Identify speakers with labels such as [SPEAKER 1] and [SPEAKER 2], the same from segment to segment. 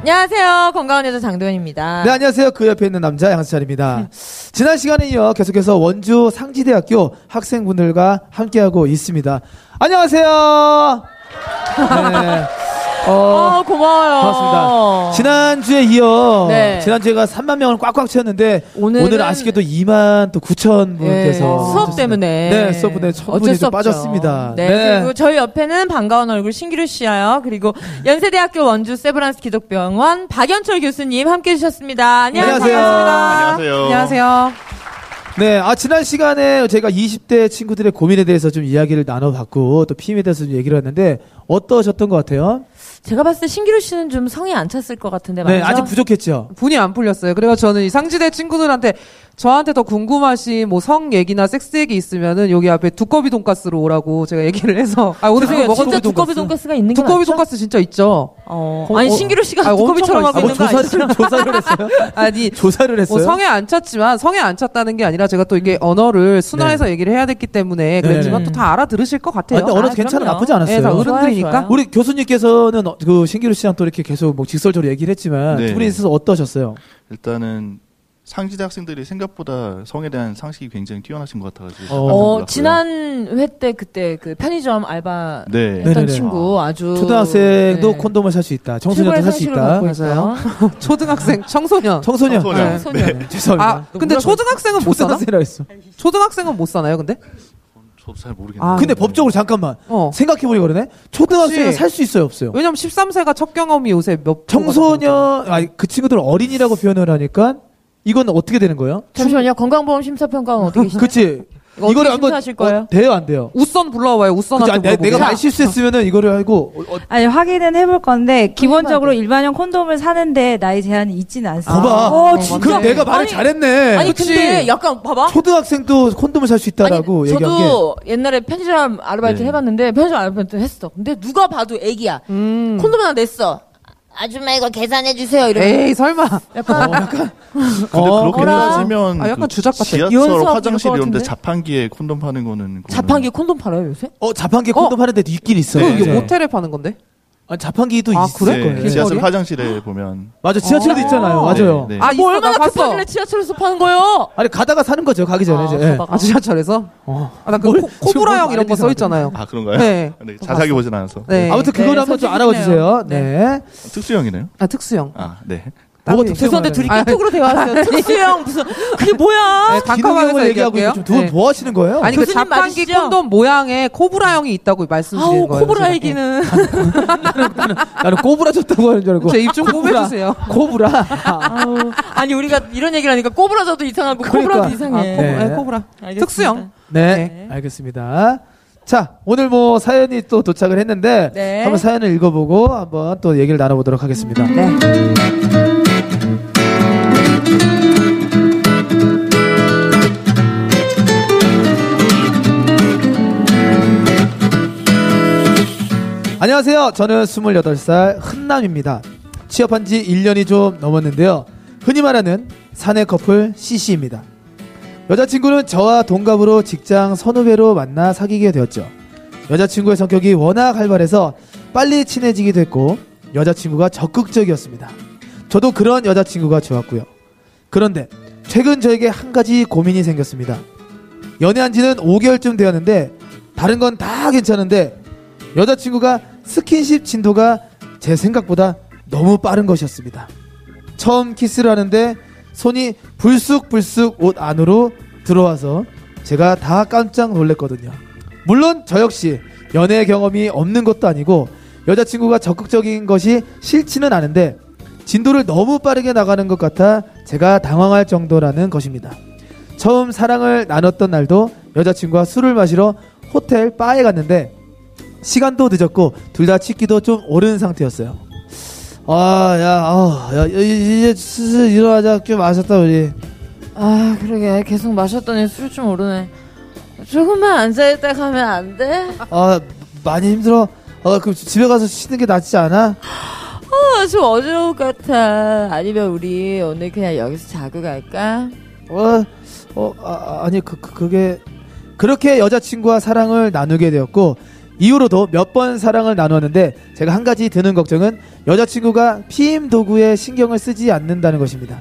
[SPEAKER 1] 안녕하세요. 건강한 여자 장도연입니다.
[SPEAKER 2] 네 안녕하세요 그 옆에 있는 남자 양세찬입니다 지난 시간에 이어 계속해서 원주 상지대학교 학생분들과 함께하고 있습니다 안녕하세요 네. 어,
[SPEAKER 1] 어, 고마워요.
[SPEAKER 2] 반갑습니다. 지난주에 이어
[SPEAKER 1] 네.
[SPEAKER 2] 지난주에가 3만 명을 꽉꽉 채웠는데 오늘은,
[SPEAKER 1] 오늘은-
[SPEAKER 2] 아쉽게도 2만 또 9천
[SPEAKER 1] 예,
[SPEAKER 2] 분께서
[SPEAKER 1] 수업 때문에
[SPEAKER 2] 네, 수업 때문에 천 분이 좀
[SPEAKER 1] 없죠.
[SPEAKER 2] 빠졌습니다.
[SPEAKER 1] 네,
[SPEAKER 2] 네.
[SPEAKER 1] 그리고 저희 옆에는 반가운 얼굴 신기루 씨요. 그리고 연세대학교 원주 세브란스 기독병원 박연철 교수님 함께 해주셨습니다. 안녕하세요.
[SPEAKER 2] 안녕하세요.
[SPEAKER 1] 반갑습니다.
[SPEAKER 3] 안녕하세요.
[SPEAKER 2] 네, 아, 지난 시간에 제가 20대 친구들의 고민에 대해서 좀 이야기를 나눠봤고, 또 피임에 대해서 좀 얘기를 했는데, 어떠셨던 것 같아요?
[SPEAKER 1] 제가 봤을 때 신기루 씨는 좀 성이 안 찼을 것 같은데 맞죠?
[SPEAKER 2] 네, 아직 부족했죠?
[SPEAKER 4] 분이 안 풀렸어요. 그래서 저는 이 상지대 친구들한테 저한테 더 궁금하신 뭐 성 얘기나 섹스 얘기 있으면은 여기 앞에 두꺼비 돈가스로 오라고 제가 얘기를 해서 아 오늘
[SPEAKER 1] 그래요.
[SPEAKER 4] 그거 먹었
[SPEAKER 1] 진짜 두꺼비 돈가스가 있는 거
[SPEAKER 4] 두꺼비
[SPEAKER 1] 맞죠?
[SPEAKER 4] 돈가스 진짜 있죠.
[SPEAKER 1] 어,
[SPEAKER 4] 거-
[SPEAKER 1] 아니
[SPEAKER 4] 어,
[SPEAKER 1] 신기루 씨가
[SPEAKER 4] 아니,
[SPEAKER 1] 두꺼비처럼
[SPEAKER 4] 엄청
[SPEAKER 1] 하고
[SPEAKER 2] 뭐
[SPEAKER 1] 있는 거 아니죠?
[SPEAKER 2] 조사를, 조사를 했어요?
[SPEAKER 4] 아니
[SPEAKER 2] 조사를
[SPEAKER 4] 뭐
[SPEAKER 2] 했어요? 음.
[SPEAKER 4] 성에 안 찼지만 성에 안 찼다는 게 아니라 제가 또 이게 언어를 순화해서 얘기를 해야 됐기 때문에 그랬지만
[SPEAKER 1] 네.
[SPEAKER 4] 또 다 알아들으실 것 같아요.
[SPEAKER 2] 네. 아, 근데 언어 괜찮아,
[SPEAKER 1] 그럼요.
[SPEAKER 2] 나쁘지 않았어요.
[SPEAKER 4] 네, 다
[SPEAKER 1] 좋아요, 좋아요.
[SPEAKER 4] 어른들이니까.
[SPEAKER 2] 우리 교수님께서는 어- 그 신기루 씨랑 또 이렇게 계속 뭐 직설적으로 얘기를 했지만,
[SPEAKER 3] 네.
[SPEAKER 2] 두 분이 있어서 어떠셨어요?
[SPEAKER 3] 일단은 상지대 학생들이 생각보다 성에 대한 상식이 굉장히 뛰어나신 것 같아가지고.
[SPEAKER 2] 어,
[SPEAKER 3] 깜짝
[SPEAKER 1] 어,
[SPEAKER 3] 놀랐고요.
[SPEAKER 1] 지난 회 때 그때 그 편의점 알바
[SPEAKER 3] 네.
[SPEAKER 1] 했던
[SPEAKER 2] 네네네.
[SPEAKER 1] 친구 아주
[SPEAKER 2] 초등학생도
[SPEAKER 1] 그 네.
[SPEAKER 2] 콘돔을 살 수 있다. 청소년도
[SPEAKER 1] 출발
[SPEAKER 2] 살 수
[SPEAKER 1] 상식을
[SPEAKER 2] 있다.
[SPEAKER 1] 갖고 있어요.
[SPEAKER 4] 맞아요. 청초등학생 청소년.
[SPEAKER 2] 청소년.
[SPEAKER 3] 청소년.
[SPEAKER 2] 네.
[SPEAKER 1] 소년.
[SPEAKER 2] 네, 죄송합니다.
[SPEAKER 4] 아 근데 초등학생은 못 사나?
[SPEAKER 2] 초등학생이라 했어.
[SPEAKER 4] 초등학생은 못 사나요? 근데?
[SPEAKER 3] 저도 잘 모르겠네요.
[SPEAKER 4] 아,
[SPEAKER 2] 근데 법적으로 잠깐만.
[SPEAKER 4] 어.
[SPEAKER 2] 생각해보니 그러네? 초등학생은
[SPEAKER 4] 그치.
[SPEAKER 2] 살 수 있어요, 없어요?
[SPEAKER 4] 왜냐면 13세가 첫 경험이 요새 몇
[SPEAKER 2] 청소년 아니 그 친구들 은 어린이라고 표현을 하니까 이건 어떻게 되는 거예요?
[SPEAKER 1] 잠시만요. 건강보험 심사평가원 어떻게 계시나요?
[SPEAKER 2] 그치?
[SPEAKER 1] 이거 어떻게 심사하실 거예요?
[SPEAKER 2] 돼요 안 돼요?
[SPEAKER 4] 웃선 불러와요.
[SPEAKER 2] 그치,
[SPEAKER 4] 웃선한테
[SPEAKER 2] 아니, 내, 내가
[SPEAKER 4] 물어보게.
[SPEAKER 2] 말 실수했으면은 이거를 알고 어, 어,
[SPEAKER 5] 아니 확인은 해볼 건데 기본적으로 일반형 콘돔을 사는데 나이 제한이 있지는 않습니다.
[SPEAKER 2] 봐봐.
[SPEAKER 1] 어,
[SPEAKER 2] 그
[SPEAKER 1] 진짜.
[SPEAKER 2] 내가 말을
[SPEAKER 1] 아니,
[SPEAKER 2] 잘했네.
[SPEAKER 1] 아니
[SPEAKER 4] 그치.
[SPEAKER 1] 근데 약간 봐봐.
[SPEAKER 2] 초등학생도 콘돔을 살 수
[SPEAKER 1] 아니,
[SPEAKER 2] 있다라고 얘기한
[SPEAKER 1] 저도 옛날에 편의점 아르바이트
[SPEAKER 3] 네.
[SPEAKER 1] 해봤는데 편의점 아르바이트 했어. 근데 누가 봐도 애기야.
[SPEAKER 4] 음.
[SPEAKER 1] 콘돔 하나 냈어. 아줌마 이거 계산해 주세요. 이러면
[SPEAKER 4] 에이 설마.
[SPEAKER 1] 약간
[SPEAKER 2] 게
[SPEAKER 3] 근데 그렇게
[SPEAKER 1] 어라.
[SPEAKER 3] 따지면
[SPEAKER 4] 아, 약간
[SPEAKER 3] 그
[SPEAKER 4] 주작 같아.
[SPEAKER 1] 이혼수업
[SPEAKER 3] 지하철
[SPEAKER 1] 이럴
[SPEAKER 3] 화장실
[SPEAKER 1] 것
[SPEAKER 3] 이런데
[SPEAKER 1] 같은데?
[SPEAKER 3] 자판기에 콘돔 파는 거는 그거는-
[SPEAKER 1] 자판기 콘돔 팔아요 요새?
[SPEAKER 2] 어 자판기 콘돔 하는 데도 있긴 있어요.
[SPEAKER 3] 네,
[SPEAKER 4] 이게
[SPEAKER 2] 이제.
[SPEAKER 3] 네.
[SPEAKER 4] 모텔에 파는 건데?
[SPEAKER 2] 아니, 자판기도
[SPEAKER 4] 아,
[SPEAKER 2] 있을
[SPEAKER 4] 그래?
[SPEAKER 2] 거예요.
[SPEAKER 3] 네, 지하철
[SPEAKER 4] 길거리에?
[SPEAKER 3] 화장실에 보면
[SPEAKER 2] 맞아 지하철도
[SPEAKER 1] 어.
[SPEAKER 4] 아.
[SPEAKER 2] 있잖아요. 맞아요.
[SPEAKER 3] 네, 네.
[SPEAKER 4] 아,
[SPEAKER 1] 뭐
[SPEAKER 4] 있어,
[SPEAKER 1] 얼마나
[SPEAKER 4] 나 봤어.
[SPEAKER 1] 급하길래 지하철에서 파는 거예요?
[SPEAKER 2] 아니 가다가 사는 거죠 가기 전에
[SPEAKER 1] 아,
[SPEAKER 2] 이제. 예.
[SPEAKER 1] 가다가.
[SPEAKER 4] 아 지하철에서?
[SPEAKER 2] 어.
[SPEAKER 4] 아 나
[SPEAKER 2] 뭘-
[SPEAKER 4] 그 코브라
[SPEAKER 2] 지금
[SPEAKER 4] 형 이런
[SPEAKER 2] 말이
[SPEAKER 4] 거
[SPEAKER 2] 이상하다.
[SPEAKER 4] 써 있잖아요.
[SPEAKER 3] 아 그런가요?
[SPEAKER 4] 네.
[SPEAKER 3] 근데 자세하게 보진 않아서.
[SPEAKER 4] 네.
[SPEAKER 2] 아무튼 그걸
[SPEAKER 1] 네,
[SPEAKER 2] 한번 좀
[SPEAKER 1] 선생님이네요.
[SPEAKER 2] 알아봐 주세요. 네.
[SPEAKER 3] 특수형이네요.
[SPEAKER 4] 아 특수형.
[SPEAKER 3] 아 네.
[SPEAKER 2] 뭐가
[SPEAKER 4] 땀이-
[SPEAKER 2] 특수형?
[SPEAKER 1] 죄송한데 둘이
[SPEAKER 4] 아니.
[SPEAKER 1] 깨톡으로 대화하세요. 특수형 무슨 그게 뭐야?
[SPEAKER 4] 네, 단칸방에서
[SPEAKER 2] 아, 얘기하고
[SPEAKER 4] 얘기할게요.
[SPEAKER 2] 있고 두분
[SPEAKER 4] 네.
[SPEAKER 2] 뭐 하시는 거예요?
[SPEAKER 4] 아니 그
[SPEAKER 1] 교수님
[SPEAKER 4] 자판기
[SPEAKER 1] 맞으시죠?
[SPEAKER 4] 콘돔 모양에 코브라 형이 있다고 말씀드리는
[SPEAKER 1] 아우
[SPEAKER 4] 거예요.
[SPEAKER 1] 코브라
[SPEAKER 4] 제가.
[SPEAKER 1] 얘기는
[SPEAKER 2] 나는 꼬부라 졌다고 하는 줄 알고. 아,
[SPEAKER 4] 제 입 좀 꼬매주세요.
[SPEAKER 2] 코브라.
[SPEAKER 1] 아우, 아니 우리가 이런 얘기를 하니까 꼬부라져도 이상하고
[SPEAKER 2] 그러니까.
[SPEAKER 1] 코브라도
[SPEAKER 4] 아,
[SPEAKER 1] 이상해.
[SPEAKER 2] 코-
[SPEAKER 4] 코브라,
[SPEAKER 2] 네.
[SPEAKER 4] 코브라.
[SPEAKER 1] 알겠습니다.
[SPEAKER 4] 특수형.
[SPEAKER 2] 네, 알겠습니다. 자, 오늘 뭐 사연이 또 도착을 했는데
[SPEAKER 1] 네.
[SPEAKER 2] 한번 사연을 읽어보고 한번 또 얘기를 나눠보도록 하겠습니다.
[SPEAKER 4] 네.
[SPEAKER 2] 안녕하세요. 저는 28살 흔남입니다. 취업한 지 1년이 좀 넘었는데요. 흔히 말하는 사내 커플 CC입니다. 여자친구는 저와 동갑으로 직장 선후배로 만나 사귀게 되었죠. 여자친구의 성격이 워낙 활발해서 빨리 친해지게 됐고 여자친구가 적극적이었습니다. 저도 그런 여자친구가 좋았고요. 그런데 최근 저에게 한 가지 고민이 생겼습니다. 연애한 지는 5개월쯤 되었는데 다른 건 다 괜찮은데 여자친구가 스킨십 진도가 제 생각보다 너무 빠른 것이었습니다. 처음 키스를 하는데 손이 불쑥불쑥 옷 안으로 들어와서 제가 다 깜짝 놀랐거든요. 물론 저 역시 연애 경험이 없는 것도 아니고 여자친구가 적극적인 것이 싫지는 않은데 진도를 너무 빠르게 나가는 것 같아 제가 당황할 정도라는 것입니다. 처음 사랑을 나눴던 날도 여자친구와 술을 마시러 호텔 바에 갔는데 시간도 늦었고 둘 다 치기도 좀 오른 상태였어요. 아, 야, 아, 야, 이- 이제 슬슬 일어나자. 좀 마셨다 우리.
[SPEAKER 1] 아 그러게 계속 마셨더니 술 좀 오르네 조금만 앉아있다 가면 안 돼?
[SPEAKER 2] 아, 많이 힘들어. 아, 그럼 집에 가서 쉬는 게 낫지 않아?
[SPEAKER 1] 어, 좀 어지러울 것 같아 아니면 우리 오늘 그냥 여기서 자고 갈까?
[SPEAKER 2] 어, 어, 아, 아니 그, 그 그게 그렇게 여자친구와 사랑을 나누게 되었고 이후로도 몇 번 사랑을 나누었는데 제가 한 가지 드는 걱정은 여자친구가 피임 도구에 신경을 쓰지 않는다는 것입니다.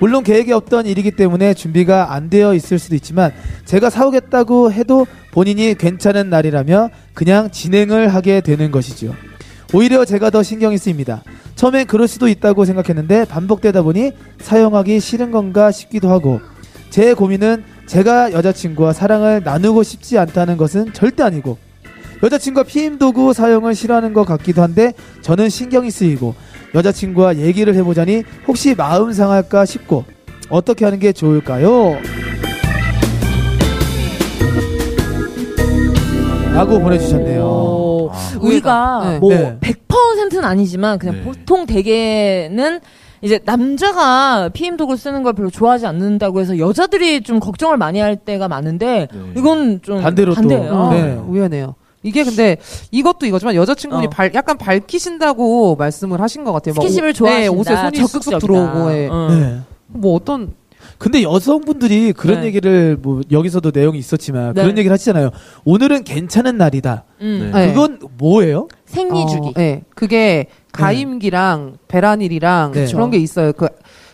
[SPEAKER 2] 물론 계획에 없던 일이기 때문에 준비가 안 되어 있을 수도 있지만 제가 사오겠다고 해도 본인이 괜찮은 날이라며 그냥 진행을 하게 되는 것이지요. 오히려 제가 더 신경이 쓰입니다. 처음엔 그럴 수도 있다고 생각했는데 반복되다 보니 사용하기 싫은 건가 싶기도 하고 제 고민은 제가 여자친구와 사랑을 나누고 싶지 않다는 것은 절대 아니고 여자친구가 피임 도구 사용을 싫어하는 것 같기도 한데 저는 신경이 쓰이고 여자친구와 얘기를 해보자니 혹시 마음 상할까 싶고 어떻게 하는 게 좋을까요? 라고 보내주셨네요.
[SPEAKER 1] 오,
[SPEAKER 3] 아.
[SPEAKER 1] 우리가
[SPEAKER 4] 네.
[SPEAKER 1] 뭐
[SPEAKER 2] 네.
[SPEAKER 1] 100%는 아니지만 그냥
[SPEAKER 3] 네.
[SPEAKER 1] 보통 대개는 이제 남자가 피임 도구를 쓰는 걸 별로 좋아하지 않는다고 해서 여자들이 좀 걱정을 많이 할 때가 많은데
[SPEAKER 3] 네.
[SPEAKER 1] 이건 좀
[SPEAKER 2] 반대로 또.
[SPEAKER 1] 반대예요.
[SPEAKER 4] 아,
[SPEAKER 2] 네.
[SPEAKER 4] 우연해요. 이게 근데 이것도 이거지만 여자친구분이
[SPEAKER 1] 어.
[SPEAKER 4] 발- 약간 밝히신다고 말씀을 하신 것 같아요. 막
[SPEAKER 1] 스킨십을
[SPEAKER 4] 옷-
[SPEAKER 1] 좋아하신다.
[SPEAKER 4] 네, 옷에 손이 쑥쑥
[SPEAKER 1] 적극적이다.
[SPEAKER 4] 들어오고 예.
[SPEAKER 1] 응.
[SPEAKER 2] 네.
[SPEAKER 4] 뭐 어떤
[SPEAKER 2] 근데 여성분들이 그런
[SPEAKER 1] 네.
[SPEAKER 2] 얘기를 뭐 여기서도 내용이 있었지만
[SPEAKER 1] 네.
[SPEAKER 2] 그런 얘기를 하시잖아요. 오늘은 괜찮은 날이다.
[SPEAKER 1] 음.
[SPEAKER 4] 네.
[SPEAKER 2] 그건 뭐예요?
[SPEAKER 1] 생리주기.
[SPEAKER 4] 어, 예. 그게 가임기랑 베란일이랑
[SPEAKER 2] 네.
[SPEAKER 4] 그런 게 있어요. 그,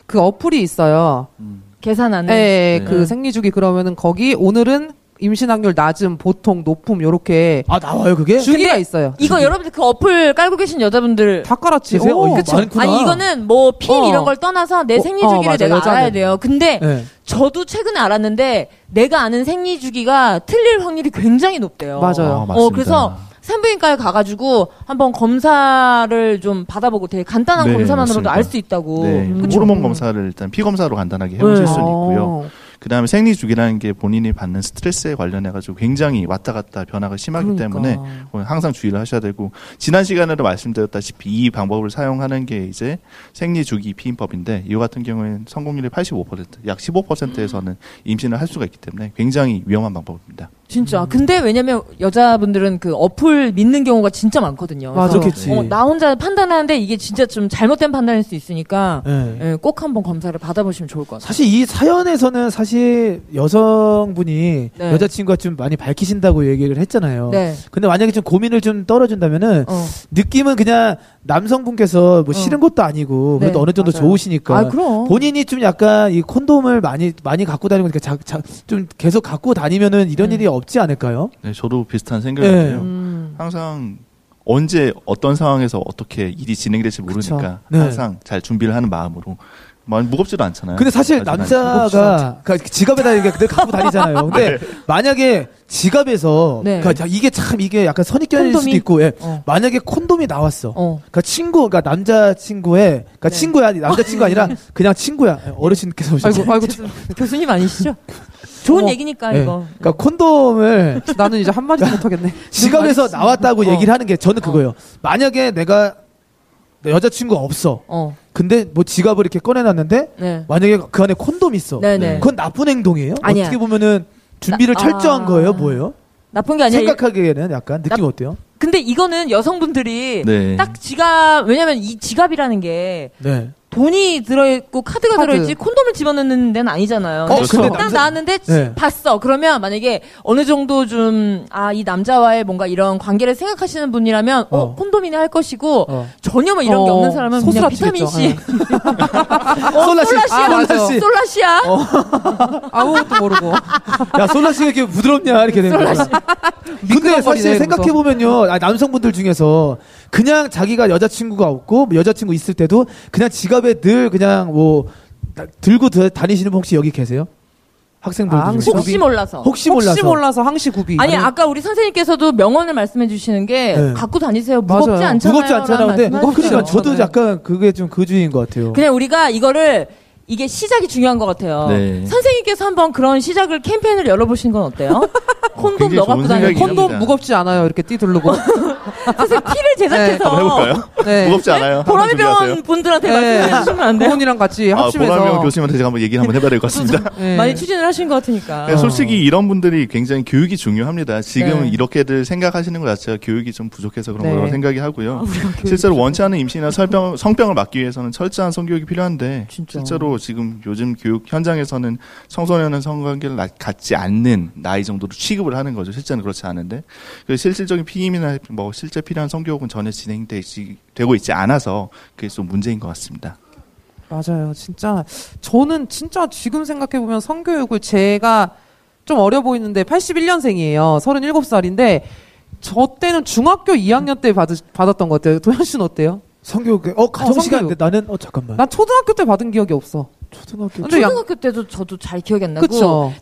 [SPEAKER 4] 그 어플이 있어요.
[SPEAKER 3] 음.
[SPEAKER 1] 계산 안 해.
[SPEAKER 4] 예,
[SPEAKER 3] 네.
[SPEAKER 4] 그 생리주기 그러면은 거기 오늘은 임신 확률 낮음, 보통, 높음 요렇게
[SPEAKER 2] 아 나와요 그게?
[SPEAKER 4] 주기가 있어요.
[SPEAKER 1] 이거 여러분들 그 어플 깔고 계신 여자분들
[SPEAKER 4] 다 깔았지.
[SPEAKER 2] 주세요?
[SPEAKER 4] 오,
[SPEAKER 2] 어,
[SPEAKER 4] 그쵸?
[SPEAKER 2] 많구나.
[SPEAKER 1] 아니 이거는 뭐 핀
[SPEAKER 4] 어.
[SPEAKER 1] 이런 걸 떠나서 내
[SPEAKER 4] 어,
[SPEAKER 1] 생리
[SPEAKER 4] 어,
[SPEAKER 1] 주기를
[SPEAKER 4] 맞아,
[SPEAKER 1] 내가
[SPEAKER 4] 여자는.
[SPEAKER 1] 알아야 돼요. 근데
[SPEAKER 2] 네.
[SPEAKER 1] 저도 최근에 알았는데 내가 아는 생리 주기가 틀릴 확률이 굉장히 높대요.
[SPEAKER 4] 맞아요.
[SPEAKER 3] 아,
[SPEAKER 1] 어
[SPEAKER 3] 맞습니다.
[SPEAKER 1] 그래서 산부인과에 가가지고 한번 검사를 좀 받아보고 되게 간단한
[SPEAKER 3] 네,
[SPEAKER 1] 검사만으로도
[SPEAKER 3] 맞습니다.
[SPEAKER 1] 알 수 있다고.
[SPEAKER 3] 네,
[SPEAKER 1] 음.
[SPEAKER 3] 호르몬 검사를 일단 피 검사로 간단하게 해보실
[SPEAKER 1] 네.
[SPEAKER 3] 수는 있고요.
[SPEAKER 4] 어.
[SPEAKER 3] 그다음에 생리 주기라는 게 본인이 받는 스트레스에 관련해 가지고 굉장히 왔다 갔다 변화가 심하기
[SPEAKER 4] 그러니까.
[SPEAKER 3] 때문에 그건 항상 주의를 하셔야 되고 지난 시간에도 말씀드렸다시피 이 방법을 사용하는 게 이제 생리 주기 피임법인데 이와 같은 경우에는 성공률이 85%약 15%에서는 임신을 할 수가 있기 때문에 굉장히 위험한 방법입니다.
[SPEAKER 1] 진짜.
[SPEAKER 3] 음.
[SPEAKER 1] 근데 왜냐면 여자분들은 그 어플 믿는 경우가 진짜 많거든요.
[SPEAKER 4] 맞아.
[SPEAKER 1] 그래서
[SPEAKER 2] 그렇겠지.
[SPEAKER 1] 어, 나 혼자 판단하는데 이게 진짜 좀 잘못된 판단일 수 있으니까
[SPEAKER 2] 네.
[SPEAKER 1] 예, 꼭 한번 검사를 받아보시면 좋을 것 같아요.
[SPEAKER 2] 사실 이 사연에서는 사실 여성분이
[SPEAKER 1] 네.
[SPEAKER 2] 여자친구가 좀 많이 밝히신다고 얘기를 했잖아요.
[SPEAKER 1] 네.
[SPEAKER 2] 근데 만약에 좀 고민을 좀 떨어준다면은
[SPEAKER 1] 어.
[SPEAKER 2] 느낌은 그냥 남성분께서 뭐
[SPEAKER 1] 어.
[SPEAKER 2] 싫은 것도 아니고 그래도
[SPEAKER 1] 네,
[SPEAKER 2] 어느 정도
[SPEAKER 1] 맞아요.
[SPEAKER 2] 좋으시니까
[SPEAKER 1] 아,
[SPEAKER 4] 어.
[SPEAKER 1] 그럼.
[SPEAKER 2] 본인이 좀 약간 이 콘돔을 많이 많이 갖고 다니고 그러니까 자, 자, 좀 계속 갖고 다니면은 이런
[SPEAKER 1] 음.
[SPEAKER 2] 일이 없지 않을까요?
[SPEAKER 3] 네, 저도 비슷한 생각이
[SPEAKER 2] 네.
[SPEAKER 3] 들어요.
[SPEAKER 4] 음.
[SPEAKER 3] 항상 언제 어떤 상황에서 어떻게 일이 진행될지 모르니까
[SPEAKER 2] 네.
[SPEAKER 3] 항상 잘 준비를 하는 마음으로 마- 무겁지도 않잖아요.
[SPEAKER 2] 근데 사실
[SPEAKER 3] 아주 난-
[SPEAKER 2] 남자가 그러니까 지갑에다 이게 늘 갖고 다니잖아요. 근데 만약에 지갑에서
[SPEAKER 1] 네.
[SPEAKER 2] 그러니까 이게 참 이게 약간 선입견일 수도
[SPEAKER 1] 콘돔이?
[SPEAKER 2] 있고 예.
[SPEAKER 1] 어.
[SPEAKER 2] 만약에 콘돔이 나왔어.
[SPEAKER 1] 어.
[SPEAKER 2] 그러니까 친구, 그러니까 남자 친구의 그러니까 친구야 남자 친구 아니라 그냥 친구야 예, 어르신께서 오셨어.
[SPEAKER 4] 아이고, 아이고,
[SPEAKER 1] 교수님 아니시죠? 좋은
[SPEAKER 2] 어머.
[SPEAKER 1] 얘기니까
[SPEAKER 2] 예.
[SPEAKER 1] 이거.
[SPEAKER 2] 그러니까 콘돔을
[SPEAKER 4] 나는 이제 한마디도 못하겠네.
[SPEAKER 2] 지갑에서 나왔다고
[SPEAKER 4] 어.
[SPEAKER 2] 얘기를 하는 게 저는 그거예요. 만약에 내가 내 여자친구 없어.
[SPEAKER 1] 어.
[SPEAKER 2] 근데 뭐 지갑을 이렇게 꺼내놨는데
[SPEAKER 1] 네.
[SPEAKER 2] 만약에 그 안에 콘돔 있어.
[SPEAKER 1] 네네.
[SPEAKER 2] 그건 나쁜 행동이에요?
[SPEAKER 1] 아니야.
[SPEAKER 2] 어떻게 보면은 준비를
[SPEAKER 1] 나-
[SPEAKER 2] 철저한
[SPEAKER 1] 아.
[SPEAKER 2] 거예요, 뭐예요?
[SPEAKER 1] 나쁜 게 아니라 이-
[SPEAKER 2] 생각하기에는 약간 느낌 이 어때요?
[SPEAKER 1] 근데 이거는 여성분들이
[SPEAKER 3] 네.
[SPEAKER 1] 딱 지갑 왜냐면 이 지갑이라는 게
[SPEAKER 2] 네.
[SPEAKER 1] 돈이 들어있고 카드가
[SPEAKER 4] 카드.
[SPEAKER 1] 들어있지 콘돔을 집어넣는 데는 아니잖아요.
[SPEAKER 2] 어,
[SPEAKER 1] 근데
[SPEAKER 3] 근데
[SPEAKER 1] 딱
[SPEAKER 2] 남자-
[SPEAKER 1] 나왔는데 지-
[SPEAKER 2] 네.
[SPEAKER 1] 봤어. 그러면 만약에 어느 정도 좀 아 이 남자와의 뭔가 이런 관계를 생각하시는 분이라면 어,
[SPEAKER 2] 어.
[SPEAKER 1] 콘돔이네 할 것이고
[SPEAKER 2] 어.
[SPEAKER 1] 전혀 뭐 이런 게
[SPEAKER 4] 어,
[SPEAKER 1] 없는 사람은 그냥 비타민
[SPEAKER 4] 소스라치겠죠.
[SPEAKER 1] C,
[SPEAKER 2] 솔라 씨,
[SPEAKER 1] 어, 솔라 씨,
[SPEAKER 4] 아, 맞아.
[SPEAKER 2] 솔라 씨.
[SPEAKER 1] 솔라시아
[SPEAKER 4] 아무것도 모르고.
[SPEAKER 2] 야, 솔라 씨가 이렇게 부드럽냐 이렇게 되는 거야. 근데 사실
[SPEAKER 4] 미끄럼거리네,
[SPEAKER 2] 생각해 보면요, 아, 남성분들 중에서 그냥 자기가 여자친구가 없고 뭐 여자친구 있을 때도 그냥 지갑에 늘 그냥 뭐 나- 들고 드- 다니시는 분 혹시 여기 계세요? 학생분들
[SPEAKER 4] 아,
[SPEAKER 2] 중에서
[SPEAKER 1] 혹시 몰라서.
[SPEAKER 2] 혹시 몰라서
[SPEAKER 4] 혹시 몰라서 항시 구비.
[SPEAKER 1] 아니 아까 우리 선생님께서도 명언을 말씀해 주시는 게
[SPEAKER 2] 네.
[SPEAKER 1] 갖고 다니세요. 무겁지
[SPEAKER 4] 맞아요.
[SPEAKER 1] 않잖아요.
[SPEAKER 2] 무겁지 않잖아요. 근데 어,
[SPEAKER 1] 라는 말씀을
[SPEAKER 2] 그러니까
[SPEAKER 1] 해주세요.
[SPEAKER 2] 저도
[SPEAKER 4] 네.
[SPEAKER 1] 어.
[SPEAKER 2] 약간 그게 좀 그 주의인 것 같아요.
[SPEAKER 1] 그냥 우리가 이거를 이게 시작이 중요한 것 같아요.
[SPEAKER 3] 네.
[SPEAKER 1] 선생님께서 한번 그런 시작을 캠페인을 열어보시는 건 어때요? 콘돔
[SPEAKER 3] 굉장히
[SPEAKER 1] 너 갖고 다니는
[SPEAKER 3] 좋은 생각이긴
[SPEAKER 1] 콘돔
[SPEAKER 4] 뭐, 콘돔 무겁지 않아요. 이렇게 띠 두르고.
[SPEAKER 1] 선생 티를
[SPEAKER 3] 한번
[SPEAKER 1] 네, 제작해서
[SPEAKER 3] 해볼까요?
[SPEAKER 4] 네.
[SPEAKER 3] 무겁지 않아요. 한번
[SPEAKER 1] 보람이
[SPEAKER 3] 준비하세요.
[SPEAKER 1] 병원 분들한테
[SPEAKER 4] 네.
[SPEAKER 1] 말씀해 주시면 안 돼요?
[SPEAKER 4] 부모님이랑 같이
[SPEAKER 3] 아,
[SPEAKER 4] 합심해서.
[SPEAKER 3] 보람이 교수님한테 제가 한번 얘기를 한번 해봐야 될 것 같습니다.
[SPEAKER 4] 네.
[SPEAKER 1] 많이 추진을 하신 것
[SPEAKER 4] 그러니까.
[SPEAKER 1] 같으니까.
[SPEAKER 3] 네, 솔직히 이런 분들이 굉장히 교육이 중요합니다. 지금
[SPEAKER 4] 네.
[SPEAKER 3] 이렇게들 생각하시는 것 자체가 교육이 좀 부족해서 그런
[SPEAKER 4] 네.
[SPEAKER 3] 거라고 생각이 하고요. 실제로 원치 않은 임신이나 설병, 성병을 막기 위해서는 철저한 성교육이 필요한데
[SPEAKER 4] 진짜.
[SPEAKER 3] 실제로 지금 요즘 교육 현장에서는 청소년은 성관계를 나- 갖지 않는 나이 정도로 취급을 하는 거죠. 실제는 그렇지 않은데 그 실질적인 피임이나 뭐 실제 필요한 성교육은 전혀 진행되고 있지 않아서 그게 좀 문제인 것 같습니다.
[SPEAKER 4] 맞아요. 진짜 저는 진짜 지금 생각해 보면 성교육을 제가 좀 어려 보이는데 81년생이에요. 37살인데 저 때는 중학교 2학년 때 받으, 받았던 것 같아요. 도현 씨는 어때요?
[SPEAKER 2] 성교육
[SPEAKER 1] 아,
[SPEAKER 2] 어 가정
[SPEAKER 4] 성교육.
[SPEAKER 2] 시간인데 나는 어 잠깐만
[SPEAKER 4] 난 초등학교 때 받은 기억이 없어.
[SPEAKER 2] 초등학교
[SPEAKER 4] 근데
[SPEAKER 1] 음.
[SPEAKER 4] 약-
[SPEAKER 1] 초등학교 때도 저도 잘 기억이 안 나고
[SPEAKER 4] 그쵸?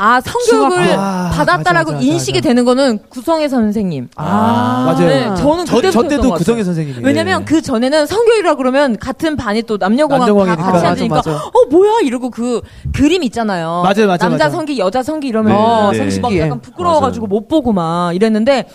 [SPEAKER 1] 아 성교육을
[SPEAKER 2] 중학교. 아,
[SPEAKER 1] 받았다라고
[SPEAKER 2] 맞아, 맞아,
[SPEAKER 1] 인식이
[SPEAKER 2] 맞아.
[SPEAKER 1] 되는 거는 구성의 선생님.
[SPEAKER 4] 아,
[SPEAKER 2] 맞아요.
[SPEAKER 1] 네, 저는
[SPEAKER 2] 저,
[SPEAKER 1] 그때부터였던
[SPEAKER 2] 저
[SPEAKER 1] 것
[SPEAKER 2] 때도
[SPEAKER 1] 같아요.
[SPEAKER 2] 구성의 선생님이에요. 네.
[SPEAKER 1] 왜냐면 그 전에는 성교육이라 그러면 같은 반이 또 남녀공학 다
[SPEAKER 2] 남녀공학이니까.
[SPEAKER 1] 같이
[SPEAKER 4] 아, 맞아,
[SPEAKER 1] 앉으니까
[SPEAKER 4] 맞아.
[SPEAKER 1] 어 뭐야 이러고 그 그림 있잖아요.
[SPEAKER 2] 맞아요, 맞아요,
[SPEAKER 1] 남자
[SPEAKER 2] 맞아요.
[SPEAKER 1] 성기 여자 성기 이러면
[SPEAKER 3] 네,
[SPEAKER 1] 어,
[SPEAKER 3] 네.
[SPEAKER 1] 막
[SPEAKER 4] 예.
[SPEAKER 1] 약간 부끄러워가지고 못 보고 막 이랬는데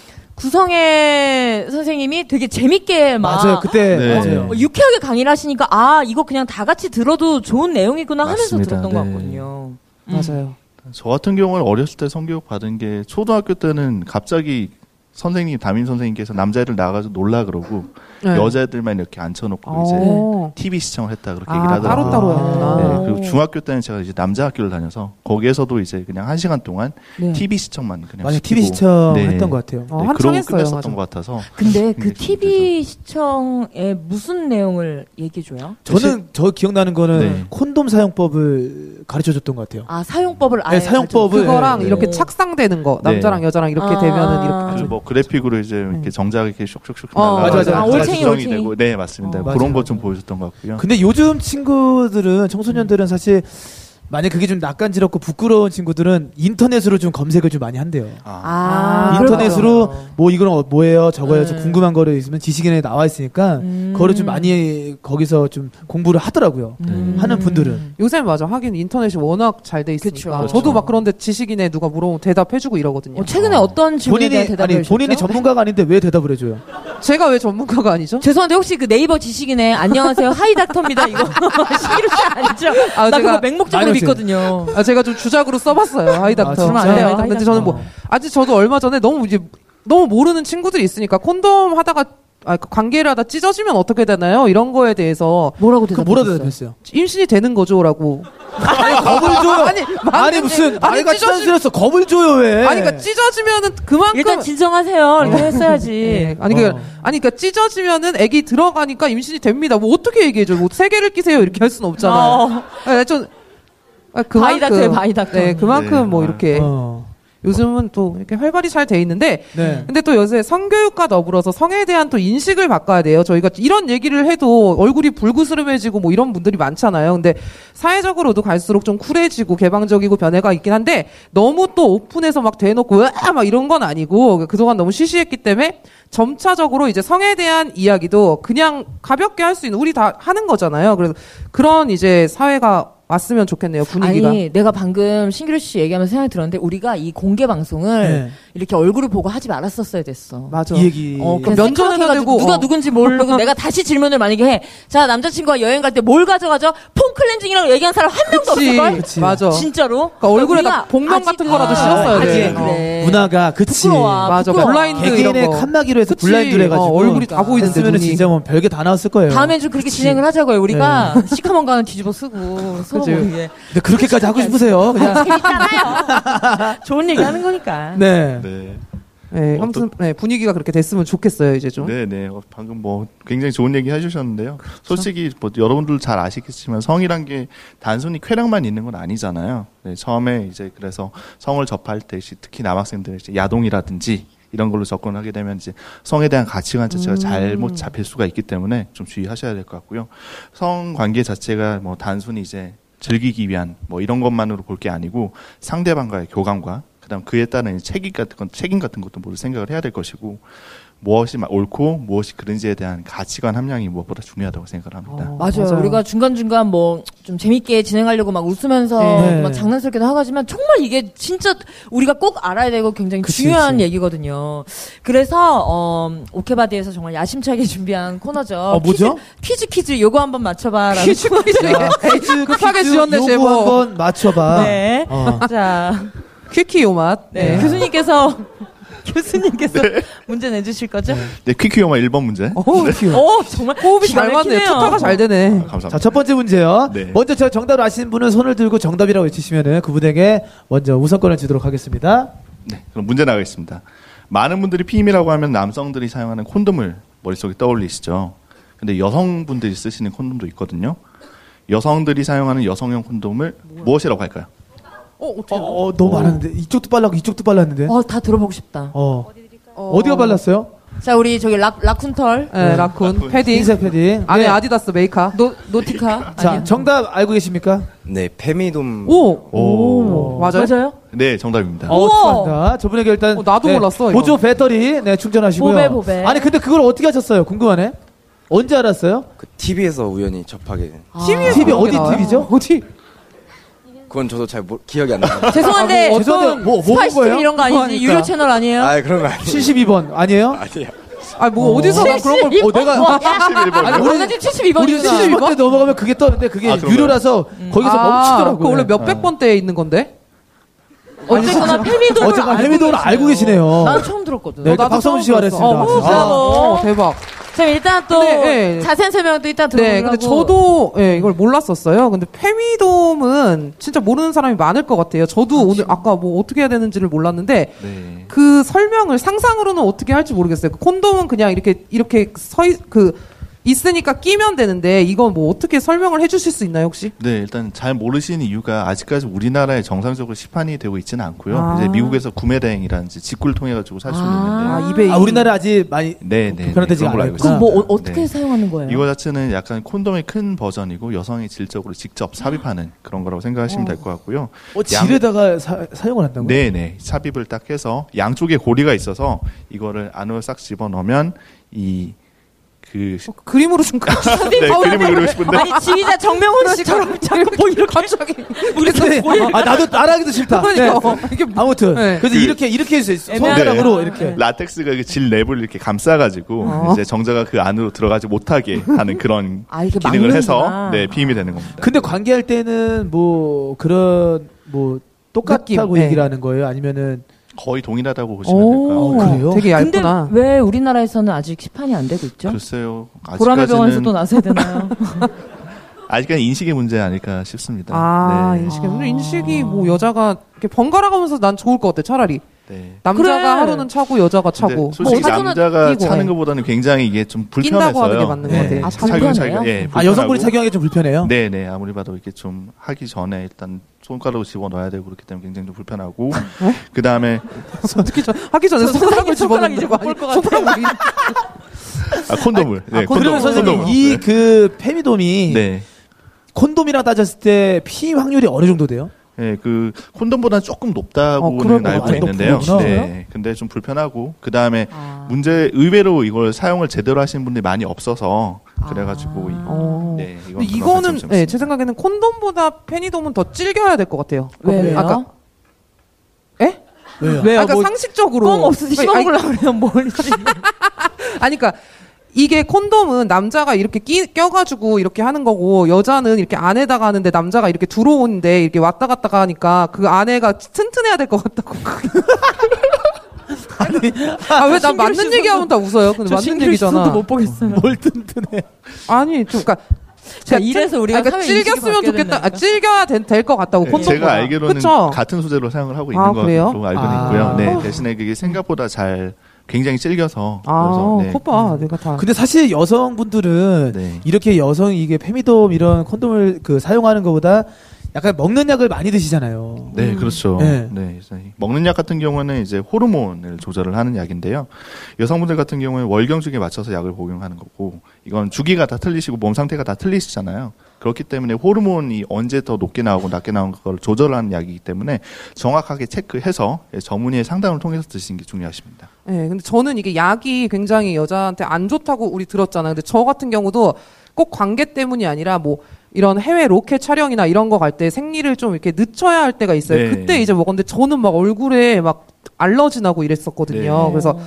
[SPEAKER 1] 구성의 선생님이 되게 재밌게 막
[SPEAKER 2] 맞아요. 그때
[SPEAKER 3] 네.
[SPEAKER 2] 맞아요.
[SPEAKER 1] 어, 유쾌하게 강의를 하시니까 아 이거 그냥 다 같이 들어도 좋은 내용이구나 하면서
[SPEAKER 3] 맞습니다.
[SPEAKER 1] 들었던 것
[SPEAKER 3] 네.
[SPEAKER 1] 같거든요.
[SPEAKER 4] 맞아요.
[SPEAKER 3] 저 같은 경우는 어렸을 때 성교육 받은 게 초등학교 때는 갑자기 선생님 담임 선생님께서 남자애들 나가서 놀라 그러고
[SPEAKER 1] 음.
[SPEAKER 4] 네.
[SPEAKER 3] 여자애들만 이렇게 앉혀놓고 이제
[SPEAKER 4] 어.
[SPEAKER 3] TV 시청을 했다 그렇게
[SPEAKER 4] 아,
[SPEAKER 3] 얘기를 하더라고요.
[SPEAKER 4] 따로따로
[SPEAKER 2] 아.
[SPEAKER 4] 했구나.
[SPEAKER 3] 네, 그리고 중학교 때는 제가 이제 남자 학교를 다녀서 거기에서도 이제 그냥 한 시간 동안
[SPEAKER 4] 네.
[SPEAKER 3] TV 시청만 그냥
[SPEAKER 2] 만약
[SPEAKER 3] 시키고
[SPEAKER 2] TV 시청
[SPEAKER 3] 네.
[SPEAKER 2] 했던 것 같아요.
[SPEAKER 4] 어,
[SPEAKER 3] 네,
[SPEAKER 4] 한창
[SPEAKER 3] 그러고
[SPEAKER 4] 했어요,
[SPEAKER 3] 끝냈었던
[SPEAKER 4] 맞아.
[SPEAKER 3] 것 같아서 네,
[SPEAKER 1] 근데 그
[SPEAKER 3] 굉장히
[SPEAKER 1] TV 시청에 무슨 내용을 얘기해줘요?
[SPEAKER 2] 저는 저 기억나는 거는
[SPEAKER 3] 네.
[SPEAKER 2] 콘돔 사용법을 가르쳐 줬던 것 같아요.
[SPEAKER 1] 아 사용법을
[SPEAKER 2] 네,
[SPEAKER 1] 아예
[SPEAKER 2] 사용법을
[SPEAKER 4] 그거랑
[SPEAKER 2] 네, 네.
[SPEAKER 4] 이렇게 착상되는 거. 남자랑
[SPEAKER 3] 네.
[SPEAKER 4] 여자랑 이렇게
[SPEAKER 1] 아.
[SPEAKER 4] 되면은 이렇게.
[SPEAKER 3] 그
[SPEAKER 4] 해서.
[SPEAKER 3] 뭐 그래픽으로 이제 이렇게 정작 이렇게 쇽쇽쇽
[SPEAKER 4] 어,
[SPEAKER 3] 날아가서
[SPEAKER 2] 맞아, 맞아.
[SPEAKER 3] 약간
[SPEAKER 2] 아, 올챙이,
[SPEAKER 3] 수정이
[SPEAKER 1] 올챙이.
[SPEAKER 3] 되고 네 맞습니다.
[SPEAKER 4] 어,
[SPEAKER 2] 맞아요. 그
[SPEAKER 3] 그런 것 좀 보여줬던 것 같고요.
[SPEAKER 2] 근데 요즘 친구들은 청소년들은 사실 만약 그게 좀 낯간지럽고 부끄러운 친구들은 인터넷으로 좀 검색을 좀 많이 한대요.
[SPEAKER 3] 아,
[SPEAKER 1] 아,
[SPEAKER 2] 인터넷으로
[SPEAKER 1] 그렇구나.
[SPEAKER 2] 뭐 이건 어- 뭐예요, 저거예요, 저
[SPEAKER 1] 네.
[SPEAKER 2] 궁금한 거를 있으면 지식인에 나와 있으니까
[SPEAKER 1] 음.
[SPEAKER 2] 그거를 좀 많이 거기서 좀 공부를 하더라고요.
[SPEAKER 3] 네.
[SPEAKER 2] 하는 분들은
[SPEAKER 4] 요새는 맞아. 하긴 인터넷이 워낙 잘 돼 있으니까.
[SPEAKER 1] 그쵸.
[SPEAKER 4] 저도
[SPEAKER 3] 그렇죠.
[SPEAKER 4] 막 그런데 지식인에 누가 물어보면 대답해주고 이러거든요.
[SPEAKER 1] 어, 최근에 어떤 질문에
[SPEAKER 2] 본인이
[SPEAKER 1] 대한 대답을
[SPEAKER 2] 아니
[SPEAKER 1] 해주셨죠?
[SPEAKER 2] 본인이 전문가가 아닌데 왜 대답을 해줘요?
[SPEAKER 4] 제가 왜 전문가가 아니죠?
[SPEAKER 1] 죄송한데 혹시 그 네이버 지식인의 안녕하세요 하이닥터입니다 이거 신기루 씨 아니죠?
[SPEAKER 4] 아,
[SPEAKER 1] 나
[SPEAKER 4] 제가
[SPEAKER 1] 그거 맹목적으로
[SPEAKER 2] 아니요, 제가-
[SPEAKER 1] 믿거든요.
[SPEAKER 4] 아, 제가 좀 주작으로 써봤어요.
[SPEAKER 2] 아,
[SPEAKER 4] 하이닥터.
[SPEAKER 2] 진짜요?
[SPEAKER 4] 네, 하이닥터.
[SPEAKER 1] 하이닥터.
[SPEAKER 4] 근데 저는 뭐, 아직 저도 얼마 전에 너무 이제, 너무 모르는 친구들이 있으니까 콘돔 하다가, 아, 관계를 하다 찢어지면 어떻게 되나요? 이런 거에 대해서
[SPEAKER 1] 뭐라고
[SPEAKER 2] 그 뭐라 대답했어요?
[SPEAKER 4] 임신이 되는 거죠라고.
[SPEAKER 2] 아니 겁을 줘요. 아니,
[SPEAKER 4] 아니,
[SPEAKER 2] 무슨
[SPEAKER 4] 아니,
[SPEAKER 2] 나이가
[SPEAKER 4] 찢어지-
[SPEAKER 2] 찢어지면서 겁을 줘요 왜?
[SPEAKER 4] 아니, 그러니까 찢어지면은 그만큼.
[SPEAKER 1] 네. 일단 진정하세요 이렇게
[SPEAKER 4] 예.
[SPEAKER 1] 했어야지.
[SPEAKER 4] 아니, 그,
[SPEAKER 2] 어.
[SPEAKER 4] 아니, 그니까, 찢어지면은 애기 들어가니까 임신이 됩니다. 뭐, 어떻게 얘기해줘요? 뭐, 세 개를 끼세요. 이렇게 할 수는 없잖아요.
[SPEAKER 1] 어,
[SPEAKER 4] 아, 좀, 아,
[SPEAKER 1] 바이닥터예요, 바이닥터.
[SPEAKER 4] 네, 그만큼
[SPEAKER 3] 네,
[SPEAKER 4] 뭐,
[SPEAKER 3] 아.
[SPEAKER 4] 이렇게.
[SPEAKER 2] 어.
[SPEAKER 4] 요즘은 또 이렇게 활발히 잘 돼 있는데
[SPEAKER 2] 네.
[SPEAKER 4] 근데 또 요새 성교육과 더불어서 성에 대한 또 인식을 바꿔야 돼요. 저희가 이런 얘기를 해도 얼굴이 불구스름해지고 뭐 이런 분들이 많잖아요. 근데 사회적으로도 갈수록 좀 쿨해지고 개방적이고 변화가 있긴 한데 너무 또 오픈해서 막 대놓고 으막 이런 건 아니고 그동안 너무 시시했기 때문에 점차적으로 이제 성에 대한 이야기도 그냥 가볍게 할 수 있는 우리 다 하는 거잖아요. 그래서 그런 이제 사회가 왔으면 좋겠네요. 분위기가.
[SPEAKER 1] 아니 내가 방금 신기루 씨 얘기하면서 생각이 들었는데 우리가 이 공개 방송을
[SPEAKER 2] 네.
[SPEAKER 1] 이렇게 얼굴을 보고 하지 말았었어야 됐어.
[SPEAKER 4] 맞아.
[SPEAKER 2] 이 얘기.
[SPEAKER 1] 어, 그럼
[SPEAKER 4] 면전에다 대고,
[SPEAKER 1] 누가
[SPEAKER 4] 어.
[SPEAKER 1] 누군지 모르고 내가 다시 질문을 만약에 해. 자 남자친구가 여행 갈 때 뭘 가져가죠? 폼 클렌징이라고 얘기한 사람 한 명도
[SPEAKER 4] 그치.
[SPEAKER 1] 없을걸?
[SPEAKER 2] 그치.
[SPEAKER 4] 맞아.
[SPEAKER 1] 진짜로?
[SPEAKER 4] 그러니까 얼굴에다
[SPEAKER 1] 우리가
[SPEAKER 4] 복면
[SPEAKER 1] 아직-
[SPEAKER 4] 같은 거라도 씌웠어야
[SPEAKER 1] 아직
[SPEAKER 4] 돼.
[SPEAKER 1] 그래.
[SPEAKER 2] 문화가 그치.
[SPEAKER 1] 부끄러워.
[SPEAKER 4] 맞아.
[SPEAKER 1] 부끄러워.
[SPEAKER 4] 블라인드
[SPEAKER 2] 개개인의
[SPEAKER 4] 이런 거.
[SPEAKER 2] 칸막이로 해서
[SPEAKER 4] 그치.
[SPEAKER 2] 블라인드로 해가지고
[SPEAKER 4] 어, 얼굴이 다 보이는데
[SPEAKER 2] 했으면
[SPEAKER 4] 눈이.
[SPEAKER 2] 진짜 뭐 별게 다 나왔을 거예요.
[SPEAKER 1] 다음엔 좀 그렇게 진행을 하자고요. 우리가 시커먼가는 뒤집어 쓰고 서로 뭐
[SPEAKER 4] 네. 그치.
[SPEAKER 1] 모르게
[SPEAKER 2] 근데 그렇게까지 하고 싶으세요? 그냥
[SPEAKER 1] 좋은 얘기하는 거니까.
[SPEAKER 2] 네.
[SPEAKER 3] 네.
[SPEAKER 4] 네,
[SPEAKER 2] 어,
[SPEAKER 4] 아무튼 네, 분위기가 그렇게 됐으면 좋겠어요 이제 좀.
[SPEAKER 3] 네, 네. 어, 방금 뭐 굉장히 좋은 얘기 해주셨는데요. 솔직히 뭐 여러분들 잘 아시겠지만 성이란 게 단순히 쾌락만 있는 건 아니잖아요. 네, 처음에 이제 그래서 성을 접할 때 이제 특히 남학생들은 이제 야동이라든지 이런 걸로 접근하게 되면 이제 성에 대한 가치관 자체가 잘못 잡힐 수가 있기 때문에 좀 주의하셔야 될 것 같고요. 성 관계 자체가 뭐 단순히 이제 즐기기 위한 뭐 이런 것만으로 볼 게 아니고 상대방과의 교감과 그다음 그에 따른 책임 같은 건 책임 같은 것도 모두 생각을 해야 될 것이고 무엇이 마- 옳고 무엇이 그른지에 대한 가치관 함량이 무엇보다 중요하다고 생각을 합니다.
[SPEAKER 1] 맞아요.
[SPEAKER 4] 맞아요.
[SPEAKER 1] 우리가 중간중간 뭐 좀 재밌게 진행하려고 막 웃으면서
[SPEAKER 2] 네.
[SPEAKER 1] 막 장난스럽기도 하지만 정말 이게 진짜 우리가 꼭 알아야 되고 굉장히
[SPEAKER 2] 그치,
[SPEAKER 1] 중요한
[SPEAKER 2] 그치.
[SPEAKER 1] 얘기거든요. 그래서 어, 오케바디에서 정말 야심차게 준비한 코너죠.
[SPEAKER 2] 어, 뭐죠?
[SPEAKER 1] 퀴즈 퀴즈, 퀴즈 요거 한번 맞춰봐라는
[SPEAKER 4] 퀴즈 퀴즈
[SPEAKER 2] 자, 퀴즈,
[SPEAKER 4] 급하게
[SPEAKER 2] 퀴즈
[SPEAKER 4] 지었네,
[SPEAKER 2] 요거
[SPEAKER 4] 제목.
[SPEAKER 2] 한번 맞춰봐.
[SPEAKER 1] 네.
[SPEAKER 4] 아.
[SPEAKER 2] 어.
[SPEAKER 1] 자,
[SPEAKER 4] 퀴키 요맛.
[SPEAKER 1] 네.
[SPEAKER 4] 네.
[SPEAKER 1] 교수님께서 교수님께서 문제 내주실 거죠?
[SPEAKER 3] 네, 퀴퀴요마 1번 문제.
[SPEAKER 4] 어우,
[SPEAKER 2] 네.
[SPEAKER 1] 오 정말
[SPEAKER 4] 호흡이 잘 맞네. 투타가 잘 되네.
[SPEAKER 3] 아, 감사합니다.
[SPEAKER 2] 자, 첫 번째 문제요.
[SPEAKER 3] 네.
[SPEAKER 2] 먼저 저 정답을 아시는 분은 손을 들고 정답이라고 외치시면은 그분에게 먼저 우선권을 주도록 하겠습니다.
[SPEAKER 3] 네, 그럼 문제 나가겠습니다. 많은 분들이 피임이라고 하면 남성들이 사용하는 콘돔을 머릿속에 떠올리시죠. 근데 여성분들이 쓰시는 콘돔도 있거든요. 여성들이 사용하는 여성용 콘돔을 무엇이라고 할까요?
[SPEAKER 1] 어, 어떻게?
[SPEAKER 2] 어, 어, 너무 많았는데. 이쪽도 빨랐고, 이쪽도 빨랐는데.
[SPEAKER 1] 어, 다 들어보고 싶다.
[SPEAKER 2] 어. 어디가 빨랐어요?
[SPEAKER 1] 자, 우리 저기 락 라쿤털.
[SPEAKER 4] 네, 라쿤.
[SPEAKER 3] 라쿤.
[SPEAKER 4] 패딩.
[SPEAKER 2] 흰색 패딩.
[SPEAKER 4] 안에
[SPEAKER 2] 네.
[SPEAKER 4] 아디다스 메이카.
[SPEAKER 1] 노 노티카.
[SPEAKER 2] 자,
[SPEAKER 1] 아니야.
[SPEAKER 2] 정답 알고 계십니까?
[SPEAKER 6] 네, 페미돔
[SPEAKER 4] 오!
[SPEAKER 3] 오.
[SPEAKER 4] 맞아요?
[SPEAKER 1] 맞아요?
[SPEAKER 3] 네, 정답입니다.
[SPEAKER 2] 어, 축하합니다. 저분에게 일단
[SPEAKER 4] 어, 나도
[SPEAKER 2] 네,
[SPEAKER 4] 몰랐어, 이거.
[SPEAKER 2] 보조 배터리 네, 충전하시고요.
[SPEAKER 1] 보배, 보배.
[SPEAKER 2] 아니 근데 그걸 어떻게 하셨어요? 궁금하네. 언제 알았어요?
[SPEAKER 6] 그 TV에서 우연히 접하게 된.
[SPEAKER 4] TV에서
[SPEAKER 2] TV 어디
[SPEAKER 4] 아. 나와요?
[SPEAKER 2] TV죠?
[SPEAKER 4] 어디?
[SPEAKER 6] 그건 저도 잘 모르, 기억이 안 나요.
[SPEAKER 1] 죄송한데
[SPEAKER 2] 아, 뭐 어떤 뭐, 뭐본
[SPEAKER 1] 스파이스
[SPEAKER 2] 거예요?
[SPEAKER 1] 이런 거 아니지?
[SPEAKER 4] 그러니까.
[SPEAKER 1] 유료 채널 아니에요?
[SPEAKER 6] 아, 그런 거 아니에요.
[SPEAKER 2] 72번 아니에요?
[SPEAKER 6] 아니에요.
[SPEAKER 4] 아, 뭐 어디서 나 그런 걸
[SPEAKER 2] 어, 내가
[SPEAKER 3] 71번.
[SPEAKER 1] 아니, 우리 72번이잖아.
[SPEAKER 2] 우리 70번 때 넘어가면 그게 떠는데 그게
[SPEAKER 3] 아, 그런가요?
[SPEAKER 2] 유료라서 거기서
[SPEAKER 4] 아,
[SPEAKER 2] 멈추더라고요. 어.
[SPEAKER 4] 그거 원래 몇백 번대에 있는 건데?
[SPEAKER 1] 어쨌거나 페미도를
[SPEAKER 2] 어쨌거나 페미도를 알고 계시네요.
[SPEAKER 1] 난 처음 들었거든.
[SPEAKER 2] 네,
[SPEAKER 1] 요
[SPEAKER 2] 일단 박성훈 씨가 알았습니다.
[SPEAKER 4] 어,
[SPEAKER 1] 아.
[SPEAKER 4] 어, 대박.
[SPEAKER 1] 그럼 일단 또
[SPEAKER 4] 근데, 예.
[SPEAKER 1] 자세한 설명도 일단 들어보고.
[SPEAKER 4] 네, 근데 저도 예, 이걸 몰랐었어요. 근데 페미돔은 진짜 모르는 사람이 많을 것 같아요. 저도 오늘 아까 뭐 어떻게 해야 되는지를 몰랐는데
[SPEAKER 3] 네.
[SPEAKER 4] 그 설명을 상상으로는 어떻게 할지 모르겠어요. 그 콘돔은 그냥 이렇게 이렇게 서그 있으니까 끼면 되는데 이건 뭐 어떻게 설명을 해주실 수 있나요 혹시?
[SPEAKER 3] 네, 일단 잘 모르시는 이유가 아직까지 우리나라에 정상적으로 시판이 되고 있지는 않고요.
[SPEAKER 4] 아.
[SPEAKER 3] 이제 미국에서 구매 대행이라는 이제 직구를 통해 가지고 살 수는
[SPEAKER 4] 아,
[SPEAKER 3] 있는데.
[SPEAKER 4] 입에
[SPEAKER 2] 아, 우리나라 아직 많이
[SPEAKER 3] 네, 네. 네,
[SPEAKER 2] 불편하다지
[SPEAKER 3] 그런 걸로 알고
[SPEAKER 2] 않아요. 그럼
[SPEAKER 3] 있습니다.
[SPEAKER 1] 뭐 어, 떻게
[SPEAKER 3] 네.
[SPEAKER 1] 사용하는 거예요?
[SPEAKER 3] 이거 자체는 약간 콘돔의 큰 버전이고 여성이 질적으로 직접 삽입하는 그런 거라고 생각하시면 될 것 같고요.
[SPEAKER 2] 어, 질에다가 사, 사용을 한다고요?
[SPEAKER 3] 네네 삽입을 딱 해서 양쪽에 고리가 있어서 이거를 안으로 싹 집어 넣으면 이그
[SPEAKER 4] 어, 그림으로 좀 아,
[SPEAKER 3] 네, 그림을 그리고 싶은데
[SPEAKER 1] 아니 지휘자 정명훈 씨처럼
[SPEAKER 4] 자꾸 뭐 이렇게 갑자기 우리서
[SPEAKER 2] 네. 아 나도 따라하기도 싫다. 네.
[SPEAKER 4] 그러니까 이게 뭐-
[SPEAKER 2] 아무튼
[SPEAKER 4] 네.
[SPEAKER 2] 그래서
[SPEAKER 3] 그-
[SPEAKER 2] 이렇게 이렇게 해서
[SPEAKER 1] 애매하다.
[SPEAKER 2] 손가락으로
[SPEAKER 1] 네.
[SPEAKER 2] 이렇게
[SPEAKER 3] 라텍스가 이질 랩을 이렇게 감싸가지고 이제 정자가 그 안으로 들어가지 못하게 하는 그런
[SPEAKER 1] 어. 아, 이게
[SPEAKER 3] 기능을
[SPEAKER 1] 막는구나.
[SPEAKER 3] 해서 네 피임이 되는 겁니다.
[SPEAKER 2] 근데 관계할 때는 뭐 그런 뭐 똑같다고
[SPEAKER 4] 느낌, 네.
[SPEAKER 2] 얘기를 하는 거예요? 아니면은
[SPEAKER 3] 거의 동일하다고 보시면 될 것
[SPEAKER 2] 어,
[SPEAKER 3] 같아요.
[SPEAKER 2] 그래요?
[SPEAKER 4] 되게
[SPEAKER 1] 근데
[SPEAKER 4] 얇구나.
[SPEAKER 1] 왜 우리나라에서는 아직 시판이 안 되고 있죠?
[SPEAKER 3] 글쎄요
[SPEAKER 1] 보람의 병원에서 또
[SPEAKER 3] 아직까지는
[SPEAKER 1] 나서야 되나요?
[SPEAKER 3] 아직까지 인식의 문제 아닐까 싶습니다.
[SPEAKER 4] 아
[SPEAKER 3] 네.
[SPEAKER 4] 인식이 근데 인식이 뭐 여자가 이렇게 번갈아 가면서 난 좋을 것 같아 차라리
[SPEAKER 3] 네.
[SPEAKER 4] 남자가
[SPEAKER 1] 그래.
[SPEAKER 4] 하루는 차고 여자가
[SPEAKER 3] 근데
[SPEAKER 4] 차고 어,
[SPEAKER 3] 솔직히
[SPEAKER 1] 뭐 사도는
[SPEAKER 3] 남자가
[SPEAKER 1] 끼고,
[SPEAKER 3] 차는
[SPEAKER 1] 네.
[SPEAKER 3] 것보다는 굉장히 이게 좀
[SPEAKER 4] 낀다고 하는 게
[SPEAKER 3] 불편해서요.
[SPEAKER 4] 맞는
[SPEAKER 2] 네.
[SPEAKER 4] 것
[SPEAKER 1] 아,
[SPEAKER 4] 같아.
[SPEAKER 3] 착용
[SPEAKER 1] 불편해요?
[SPEAKER 3] 착용 예,
[SPEAKER 2] 아 여성분이
[SPEAKER 3] 불편하고.
[SPEAKER 2] 착용하기 좀 불편해요?
[SPEAKER 3] 네네 아무리 봐도 이렇게 좀 하기 전에 일단 손가락으로 집어 넣어야 되고 그렇기 때문에 굉장히 좀 불편하고
[SPEAKER 4] 네?
[SPEAKER 3] 그 다음에
[SPEAKER 4] 특히 저뭐 하기 전에
[SPEAKER 1] 손가락이
[SPEAKER 4] 손가락을 집어넣는
[SPEAKER 1] 이제 바쁠 것 같아요.
[SPEAKER 3] 아, 콘돔을 네,
[SPEAKER 2] 그러면 선생님 이 그 페미돔이
[SPEAKER 3] 네.
[SPEAKER 2] 콘돔이랑 따졌을 때 피임 확률이 어느 정도 돼요?
[SPEAKER 3] 네, 그 콘돔보다 조금
[SPEAKER 4] 어, 그럴
[SPEAKER 3] 높다고는
[SPEAKER 4] 것
[SPEAKER 3] 알고
[SPEAKER 4] 같아요.
[SPEAKER 3] 있는데요.
[SPEAKER 2] 높구나.
[SPEAKER 3] 네, 근데 좀 불편하고 그 다음에 문제 의외로 이걸 사용을 제대로 하시는 분들이 많이 없어서 그래가지고 이-
[SPEAKER 4] 어.
[SPEAKER 3] 네, 이건
[SPEAKER 4] 근데
[SPEAKER 3] 그런
[SPEAKER 4] 이거는
[SPEAKER 3] 관점이
[SPEAKER 4] 네,
[SPEAKER 3] 있습니다.
[SPEAKER 4] 제 생각에는 콘돔보다 페니돔은 더 질겨야 될 것 같아요.
[SPEAKER 1] 왜요?
[SPEAKER 4] 아까 에?
[SPEAKER 2] 왜요?
[SPEAKER 4] 아,
[SPEAKER 1] 왜요?
[SPEAKER 4] 그러니까
[SPEAKER 1] 뭐
[SPEAKER 4] 상식적으로
[SPEAKER 1] 껌 없으시
[SPEAKER 4] 아니, 아니,
[SPEAKER 1] 씹어먹으려고 그래요 뭘
[SPEAKER 4] 아니 그러니까 이게 콘돔은 남자가 이렇게 끼, 껴가지고 이렇게 하는 거고 여자는 이렇게 안에다가 하는데 남자가 이렇게 들어오는데 이렇게 왔다 갔다 하니까 그 안에가 튼튼해야 될 것 같다고. 아 왜 나 맞는 얘기하면 다 웃어요. 근데 맞는 얘기잖아.
[SPEAKER 2] 뭐
[SPEAKER 1] 못 보겠어요
[SPEAKER 2] 뭘 튼튼해?
[SPEAKER 4] 아니 좀 그러니까.
[SPEAKER 1] 자,
[SPEAKER 4] 그러니까
[SPEAKER 1] 이래서 우리가
[SPEAKER 4] 아니, 그러니까
[SPEAKER 1] 사회 인식이
[SPEAKER 4] 질겼으면
[SPEAKER 1] 바뀌어야
[SPEAKER 4] 좋겠다.
[SPEAKER 1] 된다니까.
[SPEAKER 4] 아, 질겨야 될 것 같다고.
[SPEAKER 3] 네,
[SPEAKER 4] 콘돔보다.
[SPEAKER 3] 제가 알기로는
[SPEAKER 4] 그쵸?
[SPEAKER 3] 같은 소재로 사용을 하고
[SPEAKER 4] 아,
[SPEAKER 3] 있는
[SPEAKER 4] 그래요?
[SPEAKER 3] 것으로 알고
[SPEAKER 4] 아.
[SPEAKER 3] 있고요. 네, 대신에 그게 생각보다 잘 굉장히 질겨서
[SPEAKER 4] 아,
[SPEAKER 3] 그래서 네,
[SPEAKER 4] 콧봐 내가 다.
[SPEAKER 2] 아, 근데 사실 여성분들은
[SPEAKER 3] 네.
[SPEAKER 2] 이렇게 여성이 이게 페미돔 이런 콘돔을 그 사용하는 것보다 약간 먹는 약을 많이 드시잖아요.
[SPEAKER 3] 네, 그렇죠.
[SPEAKER 2] 네.
[SPEAKER 3] 네. 그래서 이 먹는 약 같은 경우는 이제 호르몬을 조절을 하는 약인데요. 여성분들 같은 경우에 월경 주기에 맞춰서 약을 복용하는 거고, 이건 주기가 다 틀리시고 몸 상태가 다 틀리시잖아요. 그렇기 때문에 호르몬이 언제 더 높게 나오고 낮게 나오는 걸 조절하는 약이기 때문에 정확하게 체크해서 예, 전문의의 상담을 통해서 드시는 게 중요하십니다.
[SPEAKER 4] 네, 근데 저는 이게 약이 굉장히 여자한테 안 좋다고 우리 들었잖아요. 근데 저 같은 경우도 꼭 관계 때문이 아니라 뭐 이런 해외 로켓 촬영이나 이런 거 갈 때 생리를 좀 이렇게 늦춰야 할 때가 있어요.
[SPEAKER 3] 네.
[SPEAKER 4] 그때 이제 먹었는데 저는 막 얼굴에 막 알러지 나고 이랬었거든요.
[SPEAKER 3] 네.
[SPEAKER 4] 그래서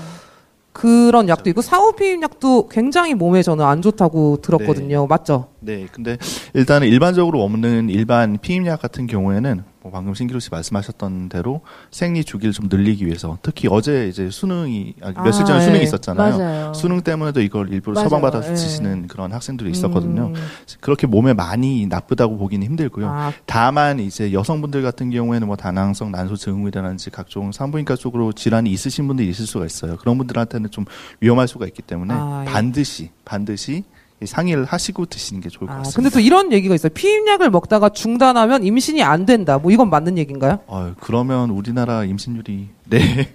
[SPEAKER 4] 그런 약도 있고 사후피임 약도 굉장히 몸에 저는 안 좋다고 들었거든요. 맞죠?
[SPEAKER 3] 네, 근데 일단은 일반적으로 먹는 일반 피임약 같은 경우에는 뭐 방금 신기루 씨 말씀하셨던 대로 생리 주기를 좀 늘리기 위해서 특히 어제 이제 수능이 아, 며칠 전에
[SPEAKER 4] 아,
[SPEAKER 3] 수능이
[SPEAKER 4] 예.
[SPEAKER 3] 있었잖아요.
[SPEAKER 1] 네. 맞아요.
[SPEAKER 3] 수능 때문에도 이걸 일부러
[SPEAKER 1] 맞아요.
[SPEAKER 3] 처방받아서
[SPEAKER 1] 예.
[SPEAKER 3] 드시는 그런 학생들이 있었거든요.
[SPEAKER 4] 음.
[SPEAKER 3] 그렇게 몸에 많이 나쁘다고 보기는 힘들고요.
[SPEAKER 4] 아,
[SPEAKER 3] 다만 이제 여성분들 같은 경우에는 뭐 다낭성 난소 증후군이라든지 각종 산부인과 쪽으로 질환이 있으신 분들이 있을 수가 있어요. 그런 분들한테는 좀 위험할 수가 있기 때문에
[SPEAKER 4] 아, 예.
[SPEAKER 3] 반드시 반드시 이 상의를 하시고 드시는 게 좋을 것
[SPEAKER 4] 아,
[SPEAKER 3] 같습니다.
[SPEAKER 4] 근데 또 이런 얘기가 있어요. 피임약을 먹다가 중단하면 임신이 안 된다. 뭐 이건 맞는 얘기인가요?
[SPEAKER 3] 어, 그러면 우리나라 임신율이 네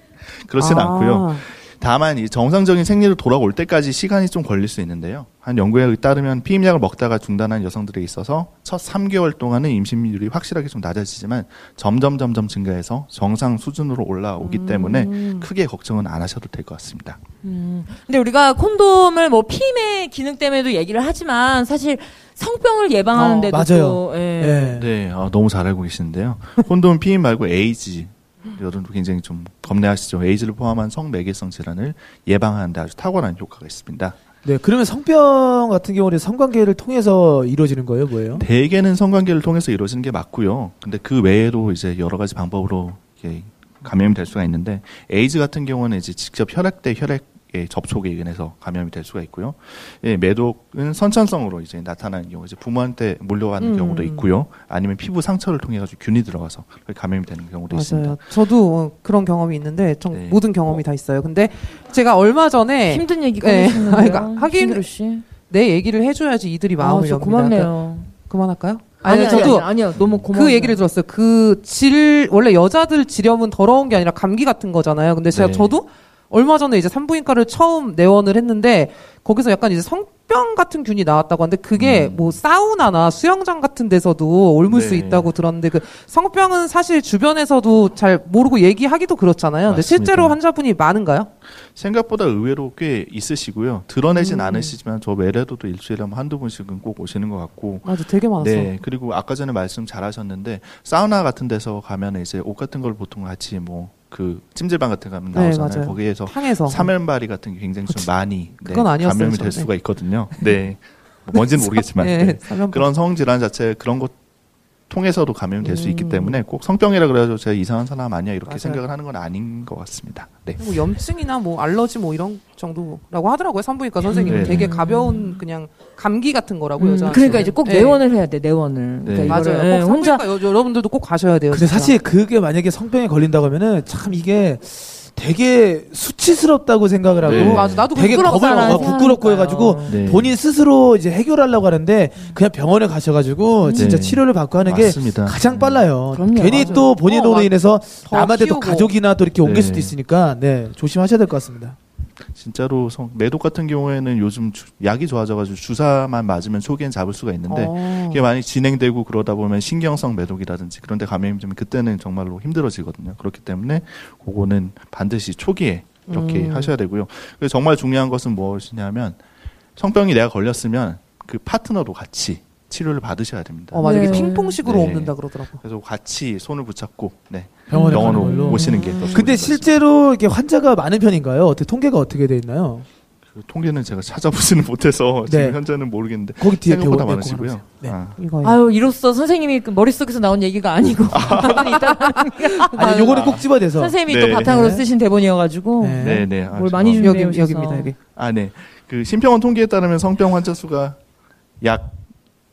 [SPEAKER 3] 그렇진
[SPEAKER 4] 아.
[SPEAKER 3] 않고요. 다만 이 정상적인 생리로 돌아올 때까지 시간이 좀 걸릴 수 있는데요. 한 연구에 따르면 피임약을 먹다가 중단한 여성들에 있어서 첫 3개월 동안은 임신율이 확실하게 좀 낮아지지만 점점 점점 증가해서 정상 수준으로 올라오기 때문에 크게 걱정은 안 하셔도 될 것 같습니다.
[SPEAKER 1] 근데 우리가 콘돔을 뭐 피임의 기능 때문에도 얘기를 하지만 사실 성병을 예방하는데도
[SPEAKER 2] 어, 맞아요.
[SPEAKER 1] 또, 예.
[SPEAKER 2] 예.
[SPEAKER 3] 네, 아, 너무 잘 알고 계시는데요. 콘돔 피임 말고 에이즈. 여러분도 굉장히 좀 겁내하시죠. 에이즈를 포함한 성매개성 질환을 예방하는데 아주 탁월한 효과가 있습니다.
[SPEAKER 2] 네, 그러면 성병 같은 경우는 성관계를 통해서 이루어지는 거예요, 뭐예요?
[SPEAKER 3] 네, 대개는 성관계를 통해서 이루어지는 게 맞고요. 근데 그 외에도 이제 여러 가지 방법으로 이렇게 감염이 될 수가 있는데 에이즈 같은 경우는 이제 직접 혈액 대 혈액 의 접촉에 의해서 감염이 될 수가 있고요. 예, 매독은 선천성으로 이제 나타나는 경우, 이제 부모한테 물려가는
[SPEAKER 4] 음.
[SPEAKER 3] 경우도 있고요. 아니면 피부 상처를 통해 가지고 균이 들어가서 감염이 되는 경우도 있습니다.
[SPEAKER 4] 맞아요. 저도 어, 그런 경험이 있는데 정-
[SPEAKER 3] 네.
[SPEAKER 4] 모든 경험이 다 있어요. 근데 제가 얼마 전에
[SPEAKER 1] 힘든 얘기
[SPEAKER 4] 예. 아,
[SPEAKER 1] 꺼내시는데요.
[SPEAKER 4] 그러니까 하긴-
[SPEAKER 1] 신기루 씨.
[SPEAKER 4] 내 얘기를 해줘야지 이들이 마음을
[SPEAKER 1] 아,
[SPEAKER 4] 엽니다.
[SPEAKER 1] 저 고맙네요.
[SPEAKER 4] 그러니까 그만할까요?
[SPEAKER 1] 아니,
[SPEAKER 4] 아니요, 저도
[SPEAKER 1] 아니요, 아니요. 너무 고마워.
[SPEAKER 4] 그 얘기를 들었어요. 그 질 원래 여자들 지렴은 더러운 게 아니라 감기 같은 거잖아요. 근데 제가
[SPEAKER 3] 네.
[SPEAKER 4] 저도 얼마 전에 이제 산부인과를 처음 내원을 했는데 거기서 약간 이제 성병 같은 균이 나왔다고 하는데 그게
[SPEAKER 3] 음.
[SPEAKER 4] 뭐 사우나나 수영장 같은 데서도 옮을 수
[SPEAKER 3] 네.
[SPEAKER 4] 있다고 들었는데 그 성병은 사실 주변에서도 잘 모르고 얘기하기도 그렇잖아요. 근데
[SPEAKER 3] 맞습니다.
[SPEAKER 4] 실제로 환자분이 많은가요?
[SPEAKER 3] 생각보다 의외로 꽤 있으시고요. 드러내진
[SPEAKER 4] 음.
[SPEAKER 3] 않으시지만 저 외래도도 일주일에 한 한두 번씩은 꼭 오시는 것 같고
[SPEAKER 4] 맞아, 되게 많았어.
[SPEAKER 3] 네, 그리고 아까 전에 말씀 잘하셨는데 사우나 같은 데서 가면 이제 옷 같은 걸 보통 같이 뭐 그 찜질방 같은 데 가면
[SPEAKER 4] 네,
[SPEAKER 3] 나오잖아요.
[SPEAKER 4] 맞아요.
[SPEAKER 3] 거기에서
[SPEAKER 4] 향해서.
[SPEAKER 3] 사면바리 같은 게 굉장히 좀 많이 네,
[SPEAKER 4] 그건 아니었어요,
[SPEAKER 3] 감염이 될
[SPEAKER 4] 저는.
[SPEAKER 3] 수가 있거든요. 네, 뭐 뭔지는 모르겠지만
[SPEAKER 4] 네,
[SPEAKER 3] 네.
[SPEAKER 4] 사면
[SPEAKER 3] 그런 성 질환 자체 그런 것 통해서도 감염이 될 수 있기 때문에 꼭 성병이라 그래가지고 제가 이상한 사람 아니야 이렇게
[SPEAKER 4] 음. 맞아요.
[SPEAKER 3] 생각을 하는 건 아닌 것 같습니다. 네.
[SPEAKER 4] 뭐 염증이나 뭐 알러지 뭐 이런 정도라고 하더라고요 산부인과 선생님이
[SPEAKER 3] 네.
[SPEAKER 4] 되게 가벼운 그냥 감기 같은 거라고
[SPEAKER 1] 음,
[SPEAKER 4] 여자
[SPEAKER 1] 그러니까 이제 꼭
[SPEAKER 4] 네.
[SPEAKER 1] 내원을 해야 돼, 내원을.
[SPEAKER 3] 네.
[SPEAKER 1] 그러니까 이거를,
[SPEAKER 4] 맞아요
[SPEAKER 1] 예,
[SPEAKER 4] 꼭
[SPEAKER 1] 혼자
[SPEAKER 4] 산부인과 여, 여러분들도 꼭 가셔야 돼요
[SPEAKER 2] 근데
[SPEAKER 4] 진짜.
[SPEAKER 2] 사실 그게 만약에 성병에 걸린다고 하면은 참 이게 되게 수치스럽다고 생각을 하고
[SPEAKER 3] 네.
[SPEAKER 4] 어, 맞아 나도
[SPEAKER 2] 되게
[SPEAKER 4] 부끄럽잖아,
[SPEAKER 2] 겁을 먹어
[SPEAKER 4] 사실.
[SPEAKER 2] 부끄럽고 해가지고
[SPEAKER 3] 네.
[SPEAKER 2] 본인 스스로 이제 해결하려고 하는데 그냥 병원에 가셔가지고 진짜
[SPEAKER 3] 네.
[SPEAKER 2] 치료를 받고 하는 게
[SPEAKER 3] 맞습니다.
[SPEAKER 2] 가장 빨라요.
[SPEAKER 1] 그럼요.
[SPEAKER 2] 괜히
[SPEAKER 1] 맞아요.
[SPEAKER 2] 또 본인
[SPEAKER 4] 어,
[SPEAKER 2] 으로
[SPEAKER 4] 맞-
[SPEAKER 2] 인해서
[SPEAKER 4] 더
[SPEAKER 2] 남한테 또
[SPEAKER 4] 키우고.
[SPEAKER 2] 가족이나 또 이렇게 옮길
[SPEAKER 3] 네.
[SPEAKER 2] 수도 있으니까 네 조심하셔야 될 것 같습니다.
[SPEAKER 3] 진짜로 성- 매독 같은 경우에는 요즘 주- 약이 좋아져가지고 주사만 맞으면 초기엔 잡을 수가 있는데
[SPEAKER 4] 어.
[SPEAKER 1] 네.
[SPEAKER 3] 이게 많이 진행되고 그러다 보면 신경성 매독이라든지 그런 데 감염이 좀 그때는 정말로 힘들어지거든요. 그렇기 때문에 그거는 반드시 초기에 이렇게 하셔야 되고요. 그래서 정말 중요한 것은 무엇이냐면 성병이 내가 걸렸으면 그 파트너도 같이 치료를 받으셔야 됩니다.
[SPEAKER 4] 어 맞아 이게
[SPEAKER 1] 네.
[SPEAKER 4] 핑퐁식으로
[SPEAKER 3] 네.
[SPEAKER 4] 옮는다 그러더라고
[SPEAKER 3] 그래서 같이 손을 붙잡고 네,
[SPEAKER 2] 병원에 가는 걸로. 음.
[SPEAKER 3] 병원으로 모시는 게 더.
[SPEAKER 2] 근데
[SPEAKER 3] 좋을 것 같습니다.
[SPEAKER 2] 실제로 이게 환자가 많은 편인가요? 어떻게 통계가 어떻게 돼 있나요?
[SPEAKER 3] 그 통계는 제가 찾아보지는 못해서
[SPEAKER 2] 네.
[SPEAKER 3] 지금 현재는 모르겠는데
[SPEAKER 2] 거기 뒤에
[SPEAKER 3] 생각보다
[SPEAKER 2] 배워-
[SPEAKER 3] 많으시고요.
[SPEAKER 2] 네.
[SPEAKER 3] 아.
[SPEAKER 4] 이거
[SPEAKER 1] 아유, 이로써 선생님이 그 머릿속에서 나온 얘기가 아니고 대본이 있다라는 게
[SPEAKER 2] 아니 요거는 꼭 집어대서
[SPEAKER 1] 선생님이
[SPEAKER 3] 네.
[SPEAKER 1] 또 바탕으로
[SPEAKER 2] 네.
[SPEAKER 1] 쓰신 대본이어가지고
[SPEAKER 2] 네.
[SPEAKER 3] 네, 네. 아,
[SPEAKER 1] 뭘 많이
[SPEAKER 3] 죄송합니다.
[SPEAKER 1] 준비해
[SPEAKER 4] 여기
[SPEAKER 1] 오셔서.
[SPEAKER 4] 여기입니다 여기
[SPEAKER 3] 아, 네. 그 심평원 통계에 따르면 성병 환자 수가 약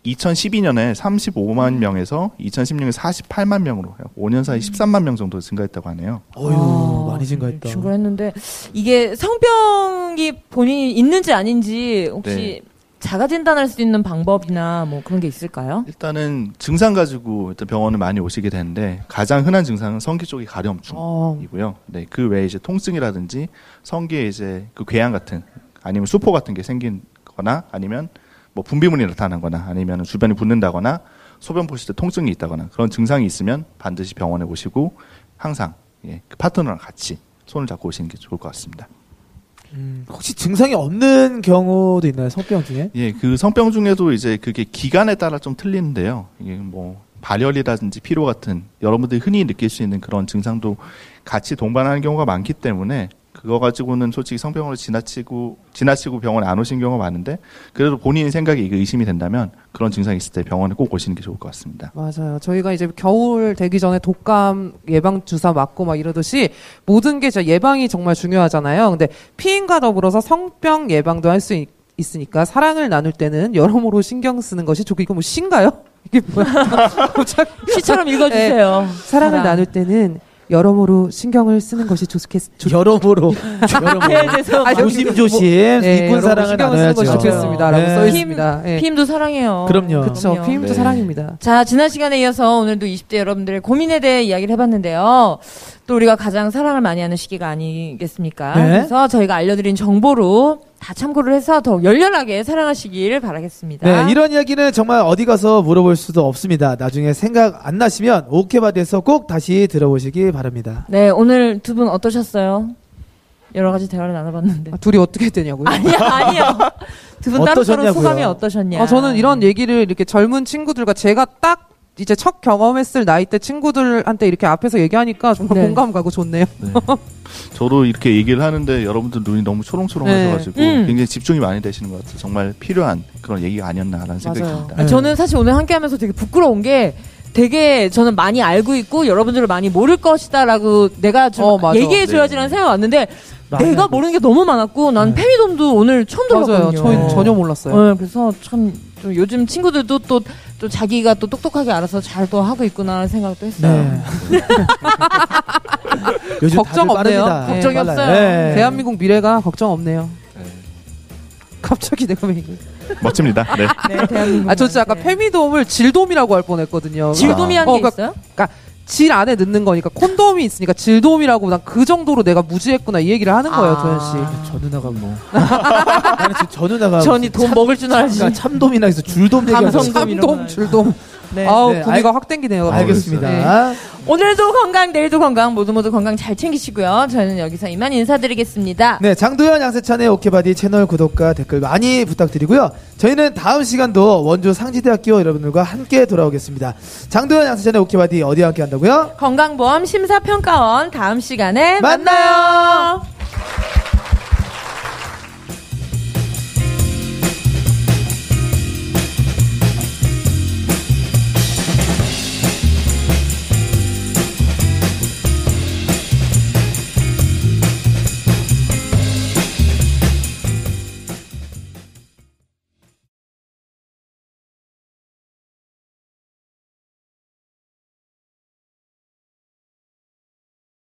[SPEAKER 3] 2012년에 35만 명에서 2016년에 48만 명으로 약 5년 사이 13만 명 정도 증가했다고 하네요.
[SPEAKER 2] 어휴
[SPEAKER 1] 아,
[SPEAKER 2] 많이 증가했다.
[SPEAKER 1] 증가했는데 이게 성병이 본인이 있는지 아닌지 혹시 자가 진단할 수 있는 방법이나 뭐 그런 게 있을까요?
[SPEAKER 3] 일단은 증상 가지고 일단 병원을 많이 오시게 되는데 가장 흔한 증상은 성기 쪽이
[SPEAKER 4] 어.
[SPEAKER 3] 가려움증이고요. 네, 그 외에 이제 통증이라든지 성기에 이제 그 궤양 같은 아니면 수포 같은 게 생긴거나 아니면 뭐 분비물이 나타난거나 아니면 주변이 붓는다거나 소변 보실 때 통증이 있다거나 그런 증상이 있으면 반드시 병원에 오시고 항상 예, 그 파트너랑 같이 손을 잡고 오시는 게 좋을 것 같습니다.
[SPEAKER 2] 음, 혹시 증상이 없는 경우도 있나요? 성병 중에?
[SPEAKER 3] 예, 그 성병 중에도 이제 그게 기간에 따라 좀 틀리는데요. 이게 뭐 발열이라든지 피로 같은 여러분들이 흔히 느낄 수 있는 그런 증상도 같이 동반하는 경우가 많기 때문에 그거 가지고는 솔직히 성병으로 지나치고 지나치고 병원에 안 오신 경우가 많은데 그래도 본인 생각에 이게 의심이 된다면 그런 증상이 있을 때 병원에 꼭 오시는 게 좋을 것 같습니다.
[SPEAKER 4] 맞아요. 저희가 이제 겨울 되기 전에 독감 예방 주사 맞고 막 이러듯이 모든 게 진짜 예방이 정말 중요하잖아요. 근데 피임과 더불어서 성병 예방도 할 수 있으니까 사랑을 나눌 때는 여러모로 신경 쓰는 것이 좋고 이거 뭐 신가요? 이게 뭐야? 갑자기
[SPEAKER 2] 네.
[SPEAKER 1] 시처럼 읽어주세요.
[SPEAKER 4] 사랑을
[SPEAKER 1] 사랑.
[SPEAKER 4] 나눌 때는 여러모로 신경을 쓰는 것이 좋겠, 좋,
[SPEAKER 2] 여러모로. 여러모로.
[SPEAKER 1] 그래서
[SPEAKER 4] 아, 여기 네,
[SPEAKER 2] 조심조심 이쁜
[SPEAKER 4] 여러모로
[SPEAKER 2] 사랑을
[SPEAKER 4] 신경을 쓰는
[SPEAKER 2] 나눠야죠.
[SPEAKER 4] 것이 좋겠습니다라고
[SPEAKER 2] 네.
[SPEAKER 4] 써 있습니다. 예.
[SPEAKER 1] 피임도 사랑해요.
[SPEAKER 2] 그럼요.
[SPEAKER 4] 그렇죠.
[SPEAKER 1] 그럼요.
[SPEAKER 4] 피임도
[SPEAKER 3] 네.
[SPEAKER 4] 사랑입니다.
[SPEAKER 1] 자, 지난 시간에 이어서 오늘도 20대 여러분들의 고민에 대해 이야기를 해봤는데요. 또 우리가 가장 사랑을 많이 하는 시기가 아니겠습니까?
[SPEAKER 2] 네.
[SPEAKER 1] 그래서 저희가 알려드린 정보로 다 참고를 해서 더욱 열렬하게 사랑하시길 바라겠습니다.
[SPEAKER 2] 네, 이런 이야기는 정말 어디 가서 물어볼 수도 없습니다. 나중에 생각 안 나시면 오케바디에서 꼭 다시 들어보시기 바랍니다.
[SPEAKER 1] 네, 오늘 두 분 어떠셨어요? 여러 가지 대화를 나눠봤는데.
[SPEAKER 4] 아, 둘이 어떻게 되냐고요?
[SPEAKER 1] 아니요, 아니요. 두 분 따로따로
[SPEAKER 2] 어떠셨냐고요?
[SPEAKER 1] 소감이 어떠셨냐? 음.
[SPEAKER 4] 아, 저는 이런 얘기를 이렇게 젊은 친구들과 제가 딱 이제 첫 경험했을 나이 때 친구들한테 이렇게 앞에서 얘기하니까 정말
[SPEAKER 1] 네.
[SPEAKER 4] 공감 가고 좋네요.
[SPEAKER 3] 네. 저도 이렇게 얘기를 하는데 여러분들 눈이 너무 초롱초롱하셔가지고
[SPEAKER 1] 네. 음.
[SPEAKER 3] 굉장히 집중이 많이 되시는 것 같아요. 정말 필요한 그런 얘기가 아니었나라는 생각이
[SPEAKER 4] 맞아요.
[SPEAKER 3] 듭니다.
[SPEAKER 1] 아, 저는 사실 오늘 함께 하면서 되게 부끄러운 게 되게 저는 많이 알고 있고 여러분들을 많이 모를 것이다라고 내가 좀
[SPEAKER 4] 어, 맞아.
[SPEAKER 1] 얘기해줘야지라는
[SPEAKER 3] 네.
[SPEAKER 1] 생각이 왔는데
[SPEAKER 2] 많이
[SPEAKER 1] 내가
[SPEAKER 2] 알고
[SPEAKER 1] 모르는 게 너무 많았고
[SPEAKER 2] 네.
[SPEAKER 1] 난 페미돔도 오늘 처음
[SPEAKER 4] 맞아요.
[SPEAKER 1] 들어봤거든요.
[SPEAKER 4] 저희 전혀 몰랐어요.
[SPEAKER 1] 네, 그래서 참좀 요즘 친구들도 또, 또 자기가 또 똑똑하게 알아서 잘 또 하고 있구나 하는 생각도 했어요.
[SPEAKER 2] 네. 요즘
[SPEAKER 4] 걱정
[SPEAKER 2] 다들
[SPEAKER 4] 없네요.
[SPEAKER 2] 빠릅니다.
[SPEAKER 1] 걱정이
[SPEAKER 2] 네, 빨라요.
[SPEAKER 1] 없어요.
[SPEAKER 2] 네.
[SPEAKER 4] 대한민국 미래가 걱정 없네요.
[SPEAKER 3] 네.
[SPEAKER 4] 갑자기 내가 왜 이거?
[SPEAKER 3] 멋집니다. 네.
[SPEAKER 1] 네, 대한민국.
[SPEAKER 4] 아, 저 진짜 아까 페미돔을 질돔이라고 할 뻔했거든요.
[SPEAKER 1] 질돔이라는
[SPEAKER 4] 어,
[SPEAKER 1] 게
[SPEAKER 4] 그러니까
[SPEAKER 1] 있어요?
[SPEAKER 4] 질 안에 넣는 거니까 콘돔이 있으니까 질돔이라고 난 그 정도로 내가 무지했구나 이 얘기를 하는 거예요,
[SPEAKER 1] 아.
[SPEAKER 4] 도현 씨.
[SPEAKER 2] 저 누나가 뭐. 나는 지금 저 누나가.
[SPEAKER 1] 전이 돈 먹을 줄 알지.
[SPEAKER 2] 그러니까 참돔이나 해서 줄돔 얘기하고
[SPEAKER 1] 감성-
[SPEAKER 2] 있어요.
[SPEAKER 1] 일어나요.
[SPEAKER 4] 참돔, 질돔.
[SPEAKER 1] 네.
[SPEAKER 4] 아우
[SPEAKER 2] 네,
[SPEAKER 4] 고개가 확 땡기네요.
[SPEAKER 2] 알겠습니다.
[SPEAKER 1] 오늘도 건강, 내일도 건강, 모두 모두 건강 잘 챙기시고요. 저는 여기서 이만 인사드리겠습니다.
[SPEAKER 2] 네, 장도연 양세찬의 오케바디 채널 구독과 댓글 많이 부탁드리고요. 저희는 다음 시간도 원주 상지대학교 여러분들과 함께 돌아오겠습니다. 장도연 양세찬의 오케바디 어디와 함께 한다고요?
[SPEAKER 1] 건강보험 심사평가원 다음 시간에
[SPEAKER 2] 만나요.
[SPEAKER 1] 만나요.